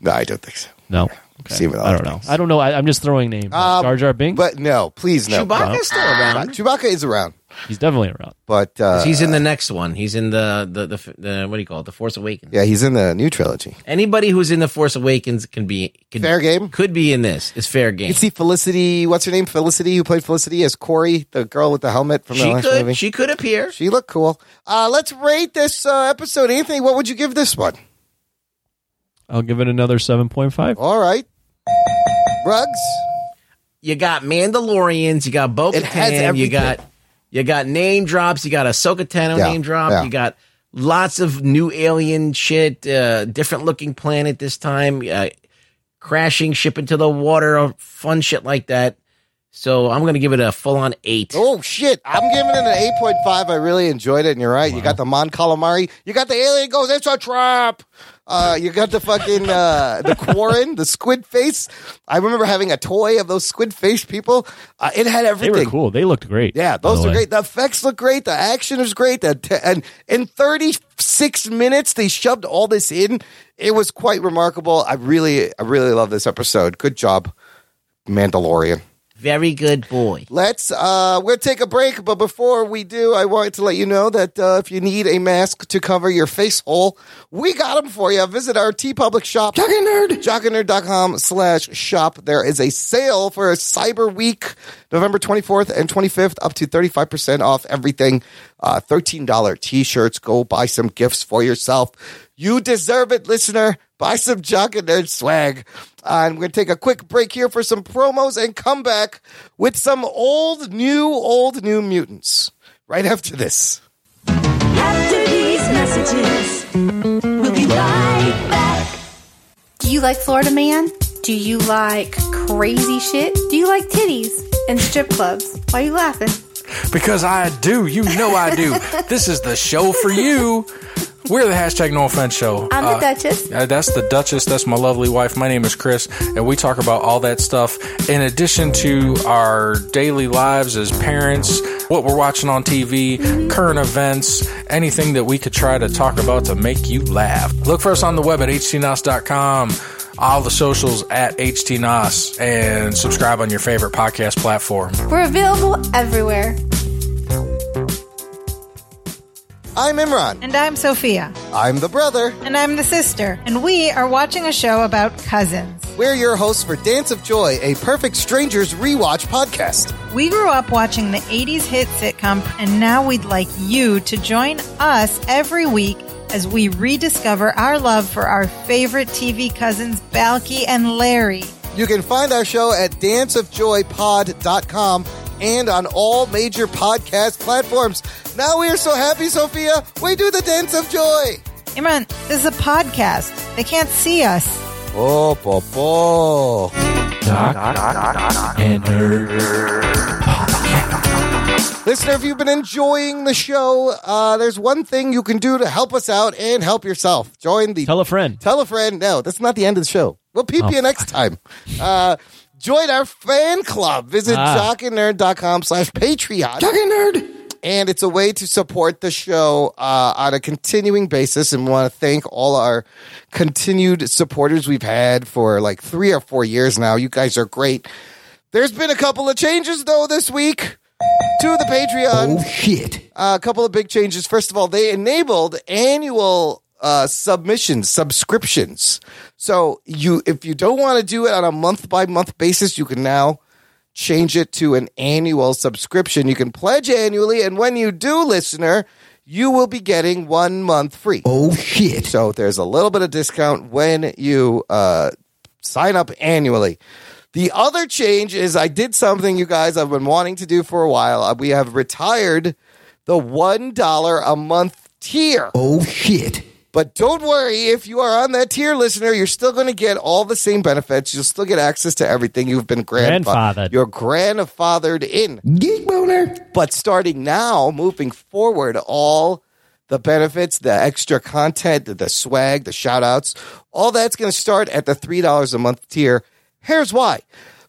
No, I don't think so. No. (laughs) See what I don't know. I don't know. I, I'm just throwing names. Um, Jar Jar Binks. But no, please no. Chewbacca's still Uh, around. Chewbacca is around, He's definitely around. but uh, He's in the next one. He's in the the the, the what do you call it? The Force Awakens. yeah, he's in the new trilogy. Anybody who's in the Force Awakens can be can, Fair game. Could be in this. It's fair game. You see Felicity, what's her name? Felicity, who played Felicity as Corey, the girl with the helmet from the she last could movie. she could appear. She looked cool. Uh, let's rate this uh, episode. Anthony, what would you give this one? I'll give it another seven point five. All right. Rugs? You got Mandalorians. You got Bo It has Katan. You everything. got you got name drops. You got Ahsoka Tano Yeah, name drop. yeah. You got lots of new alien shit. Uh, different looking planet this time. Uh, crashing ship into the water. uh, Fun shit like that. So I'm gonna give it a full on eight. Oh shit! I'm giving it an 8.5. I really enjoyed it, and you're right. You got the Mon Calamari. You got the alien goes. It's a trap. Uh, you got the fucking uh, the Quarren, the squid face. I remember having a toy of those squid face people. Uh, it had They everything. were cool. They looked great. Yeah, by those are the way. great. The effects look great. The action is great. The t- and in 36 minutes, they shoved all this in. It was quite remarkable. I really, I really love this episode. Good job, Mandalorian. Very good boy. Let's uh we'll take a break, but before we do, I wanted to let you know that uh, if you need a mask to cover your face hole, we got them for you. Visit our T Public shop, jockinerd.com slash shop. There is a sale for Cyber Week, November 24th and 25th, up to 35% off everything. Uh, $13 t-shirts. Go buy some gifts for yourself. You deserve it, listener. Buy some Jock and Nerd swag. Uh, and we're going to take a quick break here for some promos and come back with some old, new, old, new mutants right after this. After these messages, we'll be right back. Do you like Florida Man? Do you like crazy shit? Do you like titties and strip clubs? Why are you laughing? Because I do. You know I do. this is the show for you. We're the hashtag no offense show. I'm Uh, the Duchess. uh, That's the Duchess. That's my lovely wife. My name is Chris, and we talk about all that stuff in addition to our daily lives as parents, what we're watching on TV, current events, anything that we could try to talk about to make you laugh. Look for us on the web at htnos.com, all the socials at htnos, and subscribe on your favorite podcast platform. We're available everywhere. I'm Imran. And I'm Sophia. I'm the brother. And I'm the sister. And we are watching a show about cousins. We're your hosts for Dance of Joy, a Perfect Strangers rewatch podcast. We grew up watching the 80s hit sitcom, and now we'd like you to join us every week as we rediscover our love for our favorite TV cousins, Balky and Larry. You can find our show at danceofjoypod.com and on all major podcast platforms. Now we are so happy, Sophia. We do the Dance of Joy. Imran, this is a podcast. They can't see us. Oh, popo. and Listener, if you've been enjoying the show, uh, there's one thing you can do to help us out and help yourself. Join the Tell a friend. Tell a friend. No, that's not the end of the show. We'll peep you next time. Uh, join our fan club. Visit Ah. jockandnerd.com slash Patreon. Jock and Nerd. And it's a way to support the show uh, on a continuing basis. And we want to thank all our continued supporters we've had for like three or four years now. You guys are great. There's been a couple of changes, though, this week to the Patreon. Oh shit! a couple of big changes. First of all, they enabled annual uh, submissions, subscriptions. So you, if you don't want to do it on a month by month basis, you can now change it to an annual subscription. You can pledge annually, and when you do, listener. You will be getting one month free. Oh shit! So there's a little bit of discount when you uh, sign up annually. The other change is I did something you guys have been wanting to do for a while. Uh, We have retired the $1 a month tier. Oh, shit. But don't worry, if you are on that tier, listener, you're still going to get all the same benefits. You'll still get access to everything you've been grandfathered. Grandfathered. You're grandfathered in. Geek boner. But starting now, moving forward, all the benefits, the extra content, the- the swag, the shout outs, all that's going to start at the $3 a month tier. Here's why.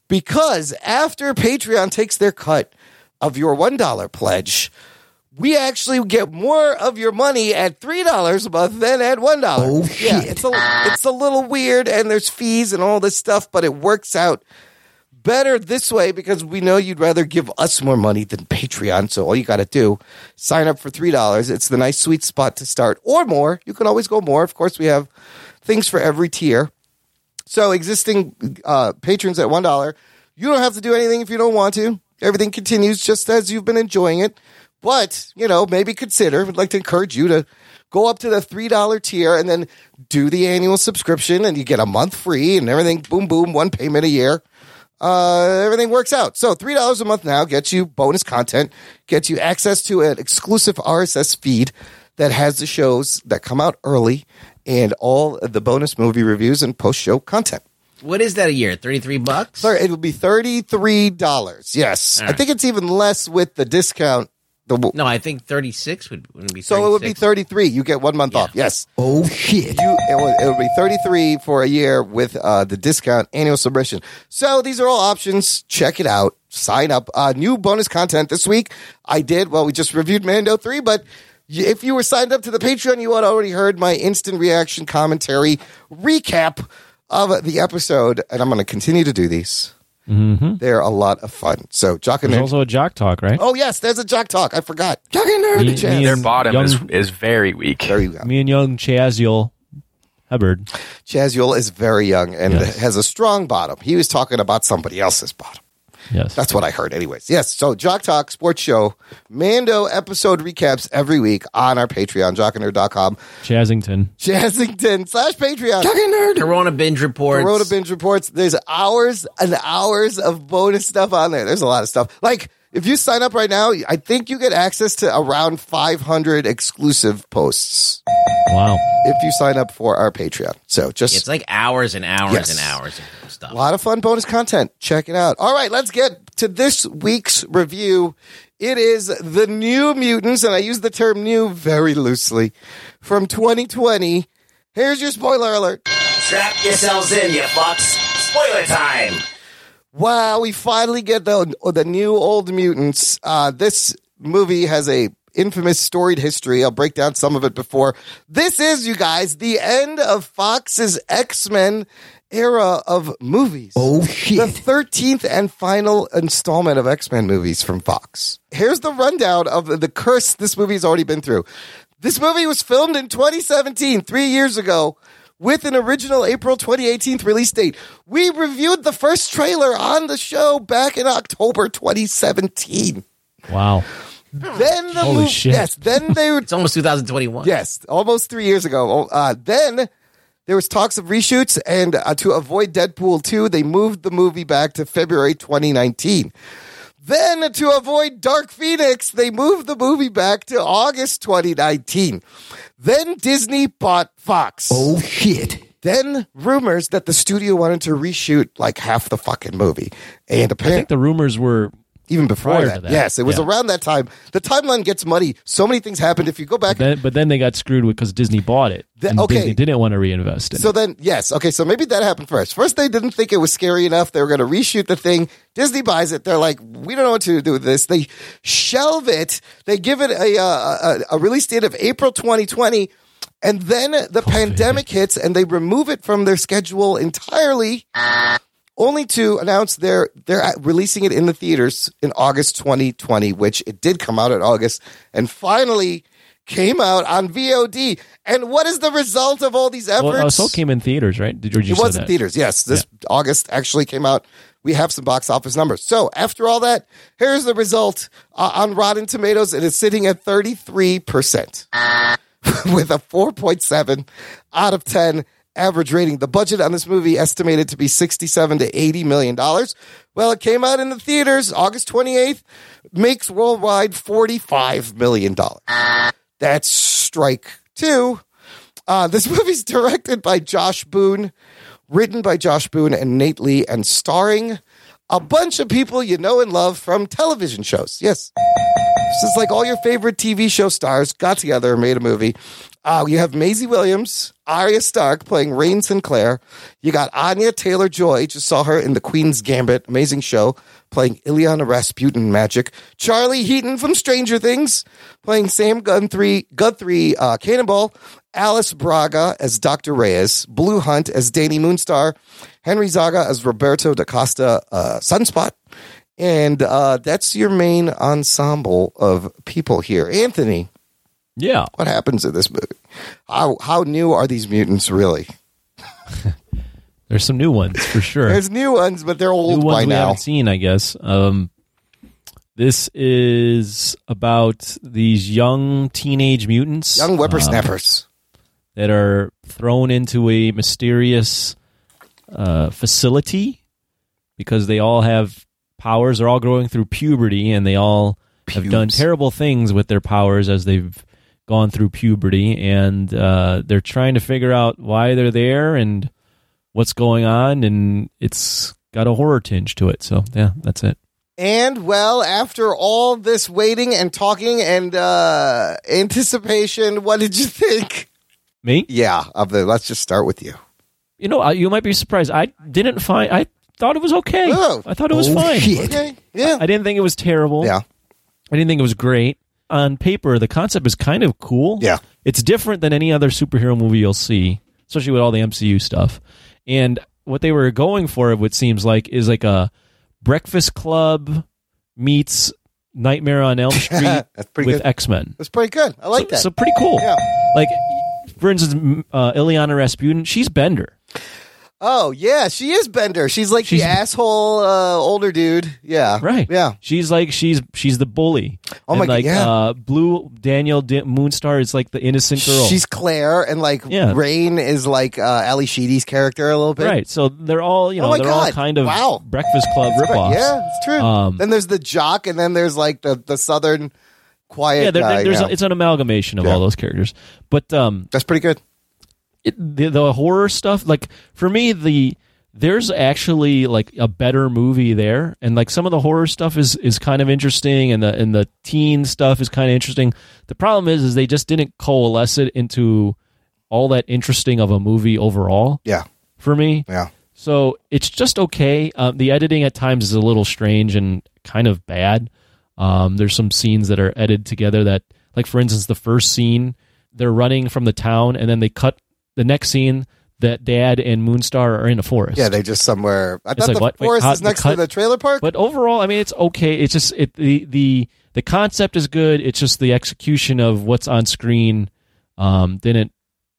Because after Patreon takes their cut of your $1 pledge, we actually get more of your money at three dollars a month than at one dollar. Oh shit! Yeah, it's a it's a little weird, and there's fees and all this stuff, but it works out better this way because we know you'd rather give us more money than Patreon. So all you got to do, sign up for three dollars. It's the nice sweet spot to start, or more. You can always go more. Of course, we have things for every tier. So existing uh, patrons at one dollar, you don't have to do anything if you don't want to. Everything continues just as you've been enjoying it. But you know, maybe consider. Would like to encourage you to go up to the three dollar tier and then do the annual subscription, and you get a month free and everything. Boom, boom, one payment a year. uh, everything works out. So three dollars a month now gets you bonus content, gets you access to an exclusive RSS feed that has the shows that come out early and all of the bonus movie reviews and post show content. What is that a year? Thirty three bucks. Thir- It will be thirty three dollars. Yes, I think it's even less with the discount. The w- No, I think thirty six would, would be. so it would be 36. thirty three. You get one month off. Yes. Oh shit! You, it, would, it would be thirty three for a year with uh, the discount annual subscription. So these are all options. Check it out. Sign up. Uh, new bonus content this week. I did. Well, we just reviewed Mando three, but. y- If you were signed up to the Patreon, you had already heard my instant reaction commentary recap of the episode, and I'm going to continue to do these. Mm-hmm. They're a lot of fun. So, Jock and There's Nerd. also a jock talk, right? oh, yes, there's a Jock Talk. I forgot. Jock and Me- Nerd. me Chaz. and Their bottom young- is, is very weak. There you go. Me and young Chaziel Hubbard. Chazuel is very young and has a strong bottom. He was talking about somebody else's bottom. Yes. That's what I heard, anyways. Yes. So, Jock Talk Sports Show, Mando episode recaps every week on our Patreon, (laughs) jockandnerd.com, Chazington. Chazington slash Patreon. Jock and Nerd. Corona binge reports. Corona binge reports. There's hours and hours of bonus stuff on there. There's a lot of stuff. Like if you sign up right now, I think you get access to around 500 exclusive posts Wow. if you sign up for our Patreon. So just It's like hours and hours Yes. and hours of a stuff. lot of fun bonus content. Check it out. All right, let's get to this week's review. It is the New Mutants, and I use the term "new" very loosely from 2020. Here's your spoiler alert. Strap yourselves in, you fucks. Spoiler time. Wow, we finally get the the new old mutants. Uh, this movie has a infamous storied history. I'll break down some of it before. This is, you guys, the end of Fox's X Men era of movies. Oh shit. The 13th and final installment of X-Men movies from Fox. Here's the rundown of the- the curse this movie's already been through. This movie was filmed in 2017, 3 years ago with an original April 2018 release date. We reviewed the first trailer on the show back in October 2017. Wow. Then the Holy mov- shit. yes, then they (laughs) were It's almost 2021. yes, almost 3 years ago. Uh, then there was talks of reshoots and uh, to avoid Deadpool 2, they moved the movie back to February 2019. Then, to avoid Dark Phoenix, they moved the movie back to August 2019. Then Disney bought Fox. Oh, shit. Then rumors that the studio wanted to reshoot like half the fucking movie. And I apparently, think the rumors were even before prior that, to that, Yes, it was yeah. around that time. The timeline gets muddy. So many things happened. If you go back Then, but then they got screwed with because Disney bought it. The- and okay. Disney didn't want to reinvest in So it. then, yes, okay. So maybe that happened first. First, they didn't think it was scary enough. They were going to reshoot the thing. Disney buys it. They're like, we don't know what to do with this. They shelve it. They give it a uh, a, a release date of April 2020, and then the pandemic hits, and they remove it from their schedule entirely. Only to announce they're they're at- releasing it in the theaters in August 2020, which it did come out in August, and finally came out on VOD. And what is the result of all these efforts? Well, uh, Soul came in theaters, right? Did, or did you it say was in that? theaters. Yes, this August actually came out. We have some box office numbers. So after all that, here's the result uh, on Rotten Tomatoes. It is sitting at 33 percent (laughs) with a 4.7 out of 10 average rating. The budget on this movie estimated to be 67 to 80 million dollars. Well, it came out in the theaters August 28th, makes worldwide 45 million dollars. That's strike two. Uh, this (laughs) movie's directed by Josh Boone, written by Josh Boone and Nate Lee, and starring a bunch of people you know and love from television shows. Yes. This is like all your favorite TV show stars got together and made a movie. Uh, you have Maisie Williams, Arya Stark playing Rain Sinclair. You got Anya Taylor Joy, just saw her in The Queen's Gambit, amazing show, playing Ileana Rasputin Magic. Charlie Heaton from Stranger Things, playing Sam Guthrie, Guthrie uh, Cannonball. Alice Braga as Dr. Reyes, Blue Hunt as Danny Moonstar, Henry Zaga as Roberto da Costa uh, Sunspot, and uh, that's your main ensemble of people here. Anthony, Yeah. what happens in this movie? How how new are these mutants really? There's some new (laughs) ones for sure. There's new ones, but they're new old ones by we now. haven't seen, I guess. Um, this is about these young teenage mutants, Young um, whippersnappers. that are thrown into a mysterious uh, facility because they all have powers. They're all growing through puberty, and they all have done Pubes. terrible things with their powers as they've gone through puberty, and uh, they're trying to figure out why they're there and what's going on, and it's got a horror tinge to it. So yeah, that's it. And well, after all this waiting and talking and uh, anticipation, what did you think? Me? Yeah, of the. Let's just start with you. You know, I- you might be surprised. I didn't find. I thought it was okay. I thought it was Oh, fine. shit. Okay, Yeah. I didn't think it was terrible. Yeah. I didn't think it was great. On paper, the concept is kind of cool. Yeah. It's different than any other superhero movie you'll see, especially with all the MCU stuff. And what they were going for, it seems like, is like a Breakfast Club meets Nightmare (laughs) on Elm Street That's pretty with good. X Men. That's pretty good. I like So- that. so pretty cool. Yeah. Like, for instance, m- uh, Ileana Rasputin, she's Bender. Oh yeah, she is Bender. She's like the asshole uh, older dude. Yeah. Right. Yeah. She's like she's she's the bully. Oh And, my God, like, yeah. Uh, Blue Daniel D- Moonstar is like the innocent girl. She's Claire, and like Yeah. Rain is like uh, Ali Sheedy's character a little bit. right. So they're all you Oh know my they're all God. kind of Wow. Breakfast Club That's right. ripoffs. Yeah, it's true. Um, then there's the jock, and then there's like the the southern quiet yeah, there- guy. there- there's yeah. a- it's an amalgamation of all those characters. But um, that's pretty good. It, the, the horror stuff, like for me, the there's actually like a better movie there, and like some of the horror stuff is is kind of interesting, and the and the teen stuff is kind of interesting. The problem is, is they just didn't coalesce it into all that interesting of a movie overall. Yeah. for me. Yeah. So it's just okay. Um, the editing at times is a little strange and kind of bad. Um, there's some scenes that are edited together that, like for instance, the first scene they're running from the town and then they cut the next scene that Dad and Moonstar are in a forest. Yeah, they just somewhere. I It's thought like, the what? Wait, forest how- is the next to cut- the trailer park. But overall, I mean, it's okay. It's just it the the the concept is good. It's just the execution of what's on screen um, didn't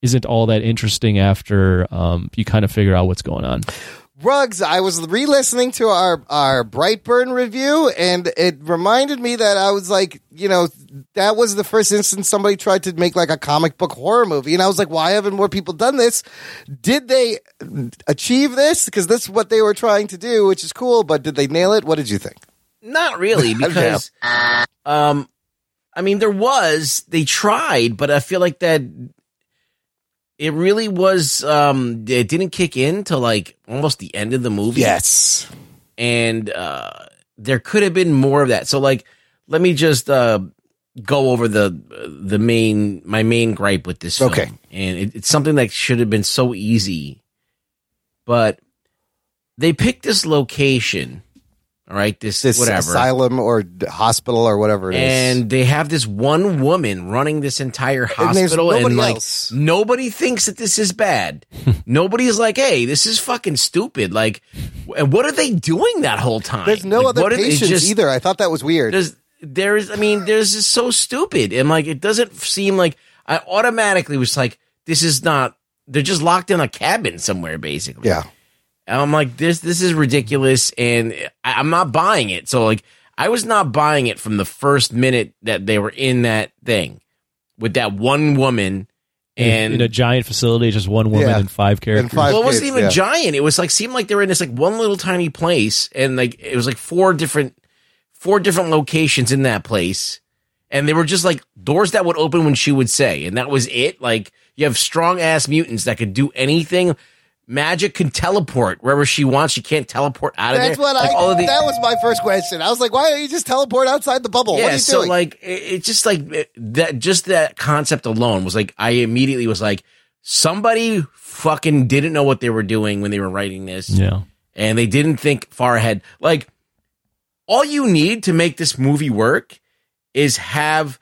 isn't all that interesting after um, you kind of figure out what's going on. Rugs, I was re-listening to our our Brightburn review, and it reminded me that I was like, you know, that was the first instance somebody tried to make like a comic book horror movie, and I was like, why haven't more people done this? Did they achieve this? Because this is what they were trying to do, which is cool. But did they nail it? What did you think? (laughs) Not really, because um, I mean, there was they tried, but I feel like that it really was um, it didn't kick in till like almost the end of the movie. Yes, and uh, there could have been more of that. So, like, let me just uh, go over the the main my main gripe with this. Film. Okay. and it, it's something that should have been so easy, but they picked this location. All right, this, This whatever asylum or d- hospital or whatever it is. and they have this one woman running this entire And there's hospital, and, nobody like else. nobody thinks that this (laughs) is bad. Nobody's like, "Hey, this is fucking stupid." Like, w- and what are they doing that whole time? there's no Like, other what are they patients just- either. I thought that was weird. There's, there is, I mean, there's just so stupid, and like, it doesn't seem like I automatically was like, "This is not." They're just locked in a cabin somewhere, basically. Yeah. And I'm like, this this is ridiculous, and I, I'm not buying it. So like, I was not buying it from the first minute that they were in that thing with that one woman. in, And in a giant facility, just one woman Yeah. and five characters. well, it wasn't even giant. It was like seemed like they were in this like one little tiny place, and like it was like four different four different locations in that place, and they were just like doors that would open when she would say, and that was it. Like you have strong ass mutants that could do anything. Magic can teleport wherever she wants. She can't teleport out of That's there. what Like, I. all of the- that was my first question. I was like, why don't you just teleport outside the bubble? yeah, what are you so doing? like it- it's just like it- that. Just that concept alone was like I immediately was like somebody fucking didn't know what they were doing when they were writing this. Yeah. and they didn't think far ahead. Like, all you need to make this movie work is have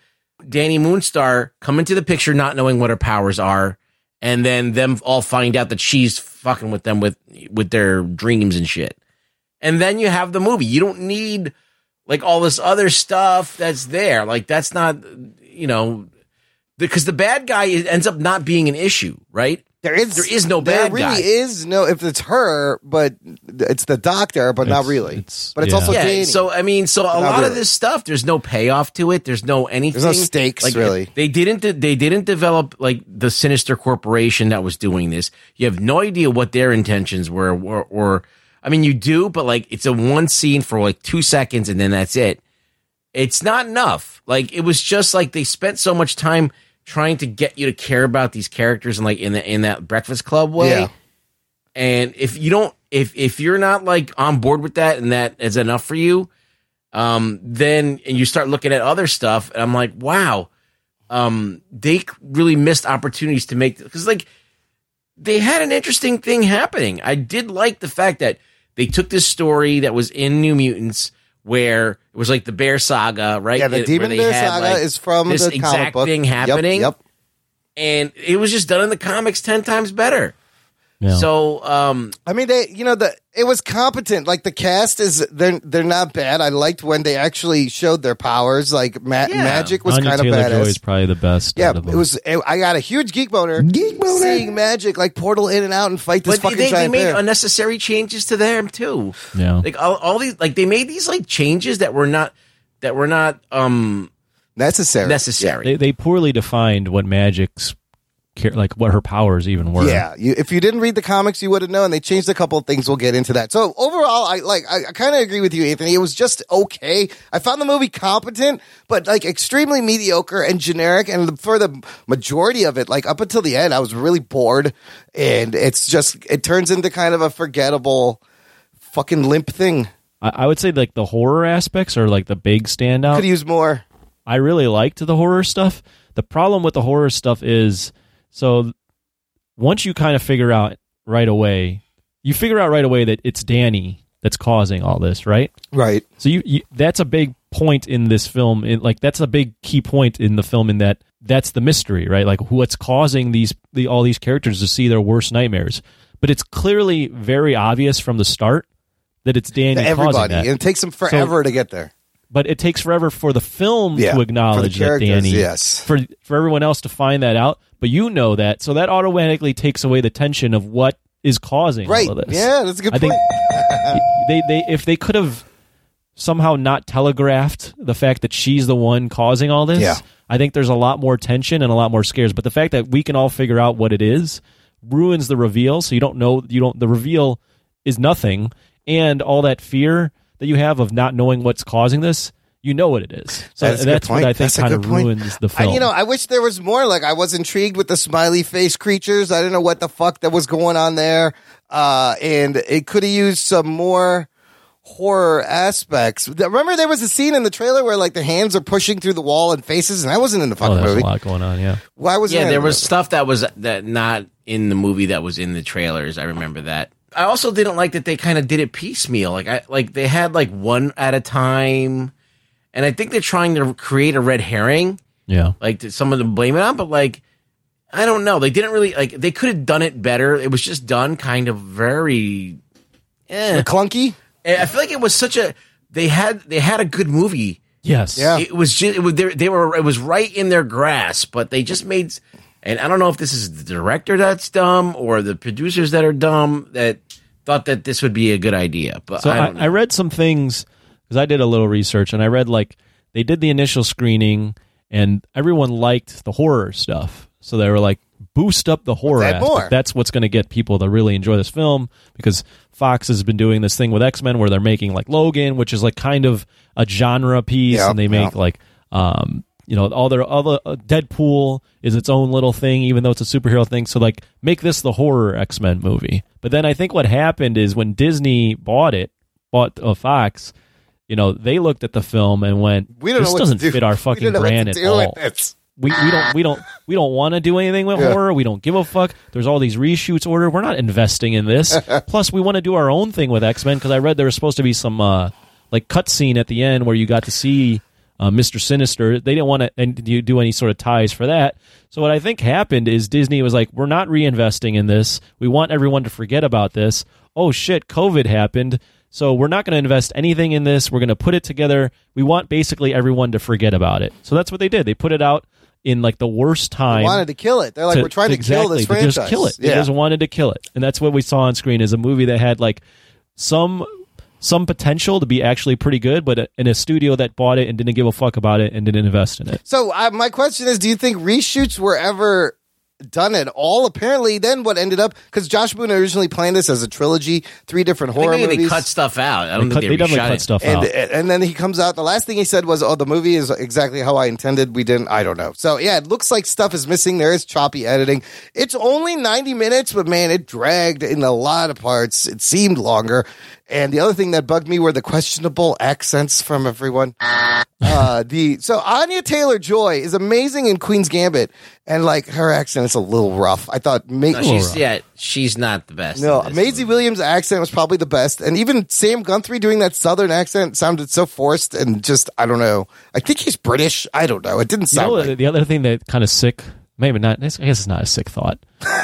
Danny Moonstar come into the picture not knowing what her powers are, and then them all find out that she's fucking with them with with their dreams and shit. And then you have the movie. You don't need like all this other stuff that's there. Like that's not you know because the bad guy is- ends up not being an issue, right? There is there is no there bad really guy. is no. If it's her, but it's the doctor, but not really. but it's yeah. also yeah, Danny. so I mean, so a Not lot of really. this stuff, there's no payoff to it. There's no anything. There's no stakes, really. They didn't. de- They didn't develop like the sinister corporation that was doing this. You have no idea what their intentions were, or, or I mean, you do, but like it's a one scene for like two seconds and then that's it. It's not enough. Like it was just like they spent so much time trying to get you to care about these characters and like in the in that Breakfast Club way. Yeah. And if you don't, if if you're not like on board with that and that is enough for you, um, then and you start looking at other stuff, and I'm like, wow, um, they c- really missed opportunities to make because like they had an interesting thing happening. I did like the fact that they took this story that was in New Mutants where it was like the bear saga, right? Yeah, the It- Demon where they Bear had, Saga like, is from this the comic exact book. thing Yep, happening. yep. And it was just done in the comics ten times better. Yeah. So, um, I mean, they, you know, the it was competent. Like the cast is, they're they're not bad. I liked when they actually showed their powers. Like ma- magic was Anya kind of Taylor Joy badass. is probably the best. Yeah, out of it them. was. I got a huge geek boner. Geek boner. Seeing magic like portal in and out and fight this but fucking they, they giant made bear. unnecessary changes to them too. Yeah. like all, all these, like they made these like changes that were not that were not um necessary. necessary. They, they poorly defined what magic's care, like what her powers even were. Yeah, you, if you didn't read the comics, you would have known. They changed a couple of things. We'll get into that. So overall, I like. I, I kind of agree with you, Anthony. It was just okay. I found the movie competent, but like extremely mediocre and generic. And the- for the majority of it, like up until the end, I was really bored. And it's just it turns into kind of a forgettable, fucking limp thing. I, I would say like the horror aspects are like the big standout. Could use more. I really liked the horror stuff. The problem with the horror stuff is so once you kind of figure out right away, you figure out right away that it's Danny that's causing all this, right? Right. So you, you that's a big point in this film. In, like that's a big key point in the film in that that's the mystery, right? Like who- what's causing these the, all these characters to see their worst nightmares. But it's clearly very obvious from the start that it's Danny To causing everybody, that and it takes them So- forever to get there. but it takes forever for the film Yeah, to for acknowledge the that characters, Danny. yes. For for everyone else to find that out, but you know that, so that automatically takes away the tension of what is causing Right. all of this. Yeah, that's a good I point. (laughs) Think they they if they could have somehow not telegraphed the fact that she's the one causing all this, Yeah. I think there's a lot more tension and a lot more scares. But the fact that we can all figure out what it is ruins the reveal. So you don't know you don't the reveal is nothing, and all that fear that you have of not knowing what's causing this, you know what it is. So That's a that's, good what point. I think That's a kind of good point. ruins the I, film. you know, I wish there was more. Like, I was intrigued with the smiley face creatures. I didn't know what the fuck that was going on there. Uh, and it could have used some more horror aspects. Th- Remember, there was a scene in the trailer where, like, the hands are pushing through the wall and faces, and I wasn't in the oh, fucking there's movie. a lot going on. Yeah. Why was yeah, there was stuff that was that not in the movie that was in the trailers. I remember that. I also didn't like that they kind of did it piecemeal. Like I like they had like one at a time, and I think they're trying to create a red herring. Yeah. Like that some of them blame it on, but like I don't know. They didn't really like. They could have done it better. It was just done kind of very eh. clunky. And I feel like it was such a they had they had a good movie. Yes. It was just it was, they, they were it was right in their grasp, but they just made and I don't know if this is the director that's dumb or the producers that are dumb that thought that this would be a good idea. But So I I, don't know. I, read some things because I did a little research and I read like they did the initial screening and everyone liked the horror stuff. So they were like, boost up the horror. that aspect. more? That's what's going to get people to really enjoy this film because Fox has been doing this thing with X Men where they're making like Logan, which is like kind of a genre piece, Yeah, and they make yeah. like um you know all their other uh, Deadpool is its own little thing, even though it's a superhero thing. So like make this the horror X Men movie. But then I think what happened is when Disney bought it, bought uh, Fox. You know, they looked at the film and went, We don't "This know what doesn't to do. fit our We don't fucking know what brand to at do with all." this. We, we don't we don't we don't want to do anything with Yeah. horror. We don't give a fuck. There's all these reshoots ordered. We're not investing (laughs) in this. Plus, we want to do our own thing with X Men because I read there was supposed to be some uh, like cutscene at the end where you got to see uh, Mister Sinister. They didn't want to and you do any sort of ties for that. So what I think happened is Disney was like, we're not reinvesting in this. We want everyone to forget about this. Oh shit, COVID happened. So we're not going to invest anything in this. We're going to put it together. We want basically everyone to forget about it. So that's what they did. They put it out in like the worst time. They wanted to kill it. They're like, we're trying to kill this they franchise. Just kill it. They Yeah. just wanted to kill it, and that's what we saw on screen is a movie that had like some some potential to be actually pretty good, but in a studio that bought it and didn't give a fuck about it and didn't invest in it. So uh, my question is, do you think reshoots were ever done at all. Apparently, then what ended up because Josh Boone originally planned this as a trilogy, three different horror maybe they movies. cut stuff out. I don't They think cut- they they definitely reshot cut it. stuff and, out. And then he comes out. The last thing he said was, "Oh, the movie is exactly how I intended. We didn't. I don't know." So yeah, it looks like stuff is missing. There is choppy editing. It's only ninety minutes, but man, it dragged in a lot of parts. It seemed longer. And the other thing that bugged me were the questionable accents from everyone. Uh, the so Anya Taylor Joy is amazing in Queen's Gambit, and like her accent is a little rough. I thought make No, she's yeah, she's not the best. no, Maisie Williams' accent was probably the best, and even Sam Guthrie doing that Southern accent sounded so forced and just I don't know. I think he's British. I don't know. It didn't You know, sound. like the other thing that kind of sick, maybe not. I guess it's not a sick thought,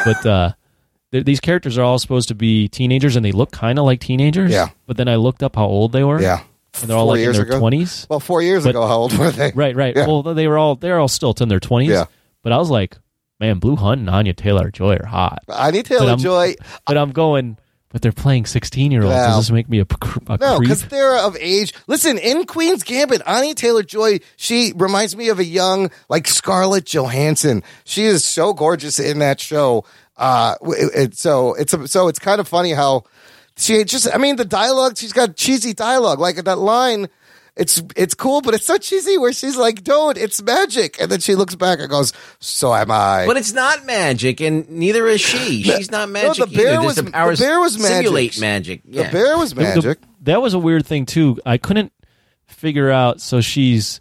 but uh, (laughs) th- these characters are all supposed to be teenagers, and they look kind of like teenagers. Yeah. But then I looked up how old they were. Yeah. And they're all Four like in years their ago? twenties. Well, four years ago, how old were they? Right, right. Yeah. Well, they were all they're all still in their twenties. Yeah. But I was like, man, Blue Hunt and Anya Taylor Joy are hot. Anya But Taylor I'm- Joy. But I'm going. But they're playing sixteen year olds. Well. Does this make me a, cr- a No, creep? because they're of age. Listen, in Queen's Gambit, Annie Taylor Joy, she reminds me of a young, like Scarlett Johansson. She is so gorgeous in that show. Uh, it, it- so it's so it's kind of funny how she just. I mean, the dialogue she's got cheesy dialogue, like that line. It's it's cool, but it's so cheesy. Where she's like, "Don't, it's magic," and then she looks back and goes, "So am I." But it's not magic, and neither is she. She's not magic. No, the bear either. was There's the powers bear was magic. Simulate magic. The Yeah. bear was The- the- magic. that was a weird thing too. I couldn't figure out. So she's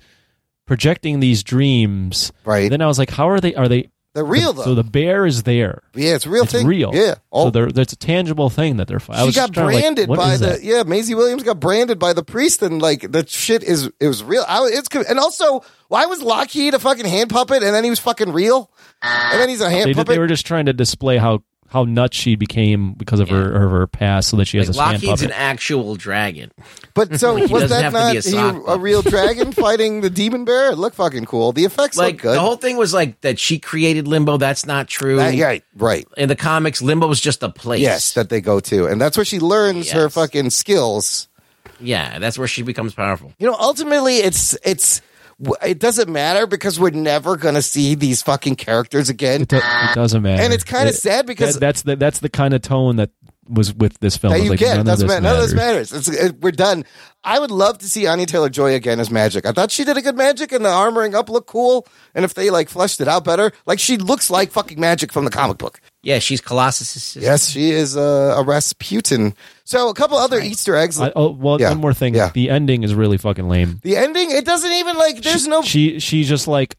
projecting these dreams, right? Then I was like, how are they? Are they? They're real, though. So the bear is there. Yeah, it's a real It's thing. real. Yeah. So there- that's a tangible thing that they're. I she was got just trying to, like, branded what by is the that? yeah Maisie Williams got branded by the priest and like the shit is it was real I, it's and also why was Lockheed a fucking hand puppet and then he was fucking real and then he's a hand They, did- puppet they were just trying to display how how nuts she became because of her of her past, so that she has a hand Lockheed's puppet. an actual dragon. but so (laughs) Like, he was doesn't that have to be not a sock a, a real dragon fighting the demon bear it looked fucking cool the effects Like look good the whole thing was like that she created Limbo. That's not true. That- right right In the comics, Limbo is just a place. yes that they go to and that's where she learns her fucking skills Yeah, that's where she becomes powerful. You know, ultimately, it's it's w- it doesn't matter because we're never gonna see these fucking characters again. It, it doesn't matter, and it's kind of It- sad because that- that's the that's the kind of tone that was with this film. that It was you like, get none doesn't of this matter. None of this matters. matters. It's, it, we're done. I would love to see Anya Taylor Joy again as Magic. I thought she did a good Magic, and the armoring up looked cool. And if they like fleshed it out better, like she looks like fucking Magic from the comic book. Yeah, she's Colossus' sister. Yes, she is uh, a Rasputin. So a couple other Easter eggs. I, oh well, one more thing. The ending is really fucking lame. the ending, it doesn't even like. There's no. She she's just like,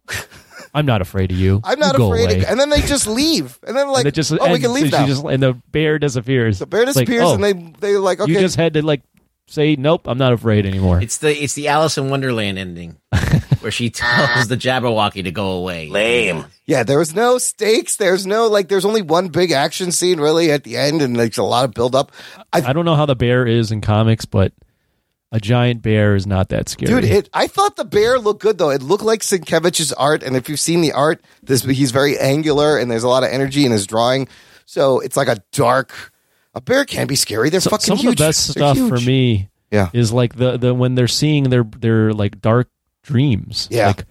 I'm not afraid of you. (laughs) I'm not You go afraid. away." Of, and then they just leave. And then like, and it just oh, we ends. can leave She now. just- and the bear disappears. The Bear disappears, and they they like okay. You just had to like say nope. I'm not afraid anymore. It's the it's the Alice in Wonderland ending, (laughs) where she tells the Jabberwocky to go away. Lame. yeah, there was no stakes. There's no like. There's only one big action scene really at the end, and like a lot of build up. I, I don't know how the bear is in comics, but a giant bear is not that scary. Dude, it, I thought the bear looked good though. It looked like Sienkiewicz's art, and if you've seen the art, this he's very angular and there's a lot of energy in his drawing. So it's like a dark. A bear can be scary. They're fucking some huge. of the best They're stuff for huge. me yeah. is like the, the when they're seeing their their like dark dreams Yeah. like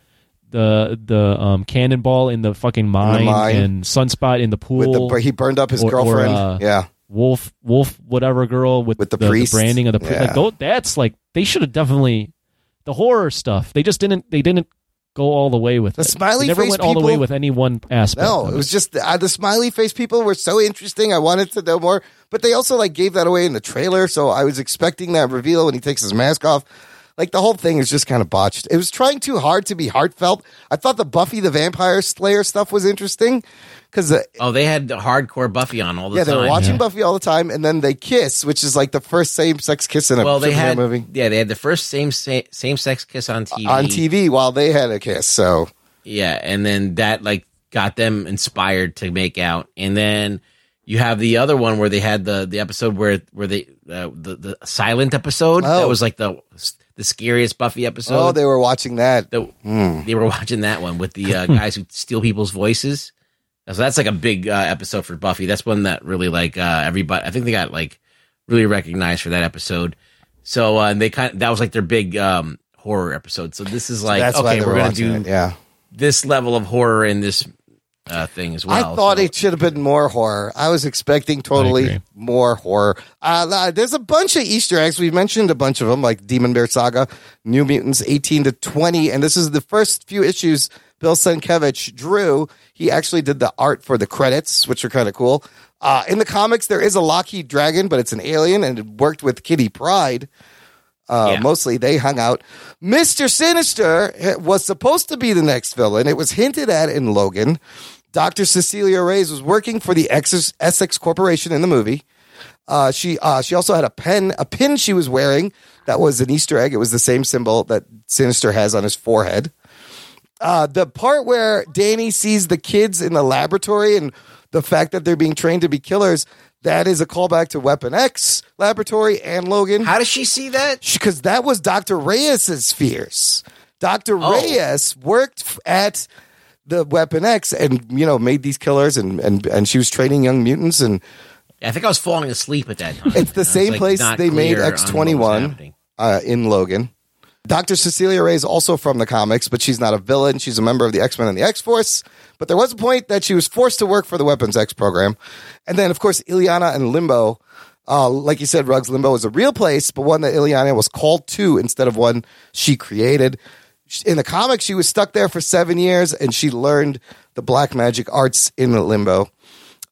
the the um cannonball in the fucking mine, mine. and sunspot in the With pool the, he burned up his or- or, girlfriend. uh, yeah. wolf wolf whatever girl with, the the, the priest. branding of the pri- Yeah. like tho- that's like they should have definitely the horror stuff they just didn't they didn't go all the way with The it. They smiley never face went all the way people- with any one aspect No, of it was just uh, the smiley face people were so interesting. I wanted to know more, but they also like gave that away in the trailer, so I was expecting that reveal when he takes his mask off. Like the whole thing is just kind of botched. It was trying too hard to be heartfelt. I thought the Buffy the Vampire Slayer stuff was interesting because uh, Oh, they had the hardcore Buffy on all the yeah, time. they were watching Buffy all the time, and then they kiss, which is like the first same sex kiss in a Well, they superhero had movie Uh, yeah, they had the first same same sex kiss on TV. on TV while they had a kiss. So Yeah, and then that like got them inspired to make out, and then you have the other one where they had the the episode where where they uh, the the silent episode Oh. that was like the the scariest Buffy episode. oh, they Hmm. were watching that. The- they were watching that one with the uh, (laughs) guys who steal people's voices. So that's like a big uh, episode for Buffy. That's one that really like uh, everybody. I think they got like really recognized for that episode. So uh, they kind of that was like their big um, horror episode. So this is like That's why okay, they we're were gonna watching do it, yeah. this level of horror in this uh, thing as well. I thought it should have been more horror. I was expecting totally more horror. Uh, there's a bunch of Easter eggs. We mentioned a bunch of them, like Demon Bear Saga, New Mutants 18 to 20. And this is the first few issues Bill Sienkiewicz drew. He actually did the art for the credits, which are kind of cool. Uh, in the comics, there is a Lockheed Dragon, but it's an alien and it worked with Kitty Pride. Uh, Yeah. Mostly they hung out. Mr. Sinister eh, was supposed to be the next villain. It was hinted at in Logan. Dr. Cecilia Reyes was working for the Essex, Essex Corporation in the movie. Uh, she uh, she also had a pen a pin she was wearing that was an Easter egg. It was the same symbol that Sinister has on his forehead uh, the part where Danny sees the kids in the laboratory and the fact that they're being trained to be killers, that is a callback to Weapon X laboratory and Logan. How does she see that? Because that was Dr. Reyes's fears. Dr. Oh. Reyes worked f- at the Weapon X and, you know, made these killers and, and, and she was training young mutants and I think I was falling asleep at that time. (laughs) it's the I was, same like, place not they made clear on what was happening. X21 uh, in Logan. Dr. Cecilia Ray is also from the comics, but she's not a villain. She's a member of the X Men and the X Force. But there was a point that she was forced to work for the Weapons X program. And then, of course, Ileana and Limbo. Uh, like you said, Rugs Limbo is a real place, but one that Ileana was called to instead of one she created. She- In the comics, she was stuck there for seven years and she learned the black magic arts in Limbo.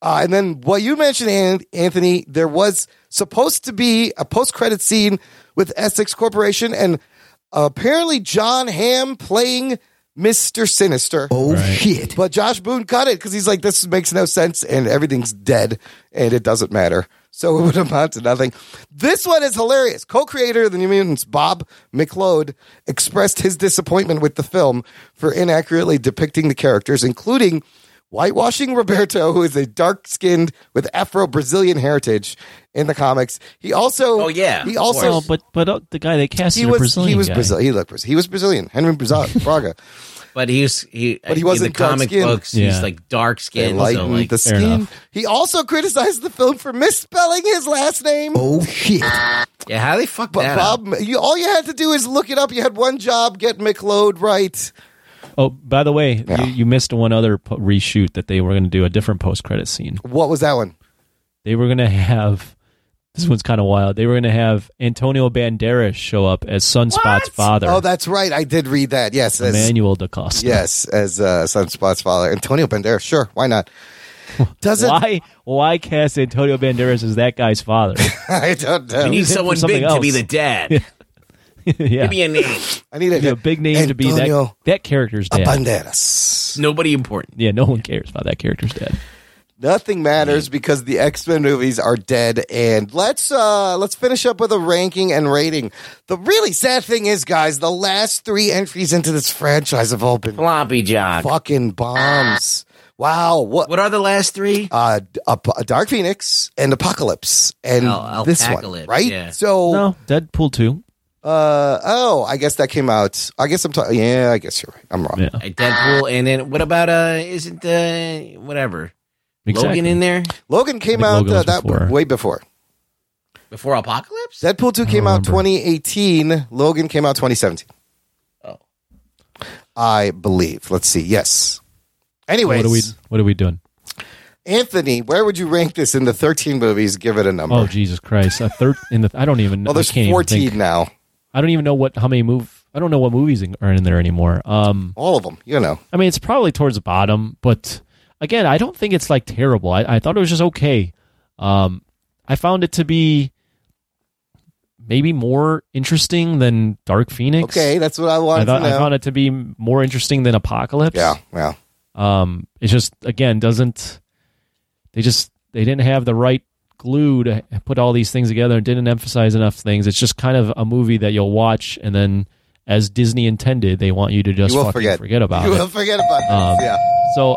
Uh, and then what you mentioned, An- Anthony, there was supposed to be a post-credit scene with Essex Corporation, and apparently John Hamm playing Mister Sinister. Oh shit! But Josh Boone cut it because he's like, "This makes no sense," and everything's dead, and it doesn't matter. So it would amount to nothing. This one is hilarious. Co-creator of the New Mutants, Bob McLeod, expressed his disappointment with the film for inaccurately depicting the characters, including whitewashing Roberto, who is a dark skinned with Afro Brazilian heritage in the comics. He also, oh yeah, he also, Well, but but uh, the guy they cast he is a was Brazilian he was guy. Brazil. He looked Brazil. He was Brazilian. Henry Braza- Braga. But he was he. But he in wasn't the comic dark-skinned. books. Yeah. He's like dark They skinned. So lightened like the skin. He also criticized the film for misspelling his last name. Oh shit! Yeah, how they fuck But that up? Bob, you, all you had to do is look it up. You had one job: get McLeod right. Oh, by the way, you, you missed one other po- reshoot that they were going to do a different post credit scene. What was that one? They were going to have this one's kind of wild. They were going to have Antonio Banderas show up as Sunspot's father, Oh, that's right. I did read that. Yes, as- Emmanuel da Costa. Yes, as uh, Sunspot's father, Antonio Banderas. Sure, why not? Doesn't why why cast Antonio Banderas as that guy's father? (laughs) (laughs) I don't know. We need someone big to be the (laughs) dad. yeah. Give me a name. I need a, big name to be that, Antonio that character's dad. Banderas. Nobody important. Yeah, no one cares about that character's dad. Nothing matters because the X Men movies are dead. And let's uh let's finish up with a ranking and rating. The really sad thing is, guys, the last three entries into this franchise have all been floppy jock, fucking bombs. Wow, what what are the last three? Uh, Ap- Dark Phoenix and Apocalypse, and Al- this one, Alpacalypse, right? yeah. So no, Deadpool two. Uh oh, I guess that came out. I guess I'm talking. Yeah, I guess you're right. I'm wrong. Uh, Deadpool, and then what about uh? Isn't uh whatever Logan in there Logan came I out think Logan uh, was that before. way before. before Apocalypse? Deadpool 2 came out 2018. Logan came out 2017. Oh. I believe. Let's see. Yes. Anyways, what are we what are we doing? Anthony, where would you rank this in the 13 movies? Give it a number. Oh Jesus Christ! A third in the I don't even. know. Well, there's 14 now. I don't even know what how many move. I don't know what movies are in there anymore. Um, all of them. You know. I mean, it's probably towards the bottom, but again, I don't think it's like terrible. I, I thought it was just okay. Um, I found it to be maybe more interesting than Dark Phoenix. Okay, that's what I wanted I, thought, to know. I found it to be more interesting than Apocalypse. Yeah, yeah. Um, it just again doesn't. They just they didn't have the right glue to put all these things together and didn't emphasize enough things. It's just kind of a movie that you'll watch and then, as Disney intended, they want you to just You will fucking forget. forget. about you it. will forget about this. Um, yeah. So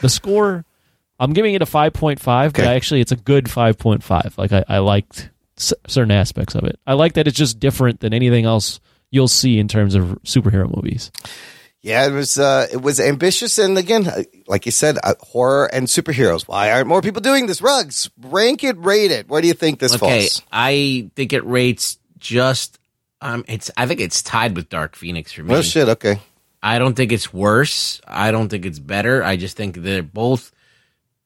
the score, I'm giving it a 5.5, but actually it's a good 5.5. Like I, I liked c- certain aspects of it. I like that it's just different than anything else you'll see in terms of superhero movies. Yeah, it was uh, it was ambitious, and again, uh, like you said, uh, horror and superheroes. Why aren't more people doing this? Rugs, rank it, rate it. Where do you think this okay, falls? I think it rates just um. It's I think it's tied with Dark Phoenix for me. No shit. Okay, I don't think it's worse. I don't think it's better. I just think they're both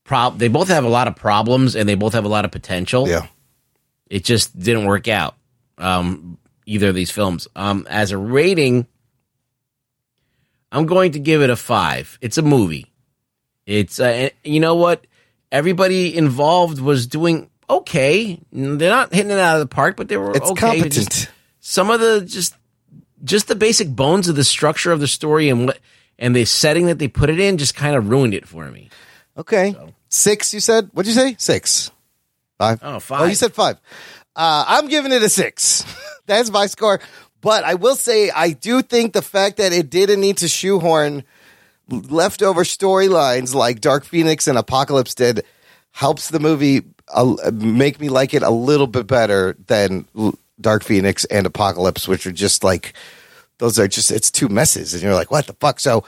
prob they both have a lot of problems and they both have a lot of potential. Yeah. It just didn't work out. Um either of these films. Um as a rating I'm going to give it a 5. It's a movie. It's uh, you know what? Everybody involved was doing okay. They're not hitting it out of the park, but they were It's okay. competent. Just- some of the just just the basic bones of the structure of the story and what and the setting that they put it in just kind of ruined it for me. Okay. Six, you said? What'd you say? Six. Five. Oh, five. Oh, you said five. Uh, I'm giving it a six. (laughs) That's my score. But I will say, I do think the fact that it didn't need to shoehorn leftover storylines like Dark Phoenix and Apocalypse did helps the movie uh, make me like it a little bit better than L- Dark Phoenix and Apocalypse, which are just like, those are just, it's two messes. And you're like, what the fuck? So,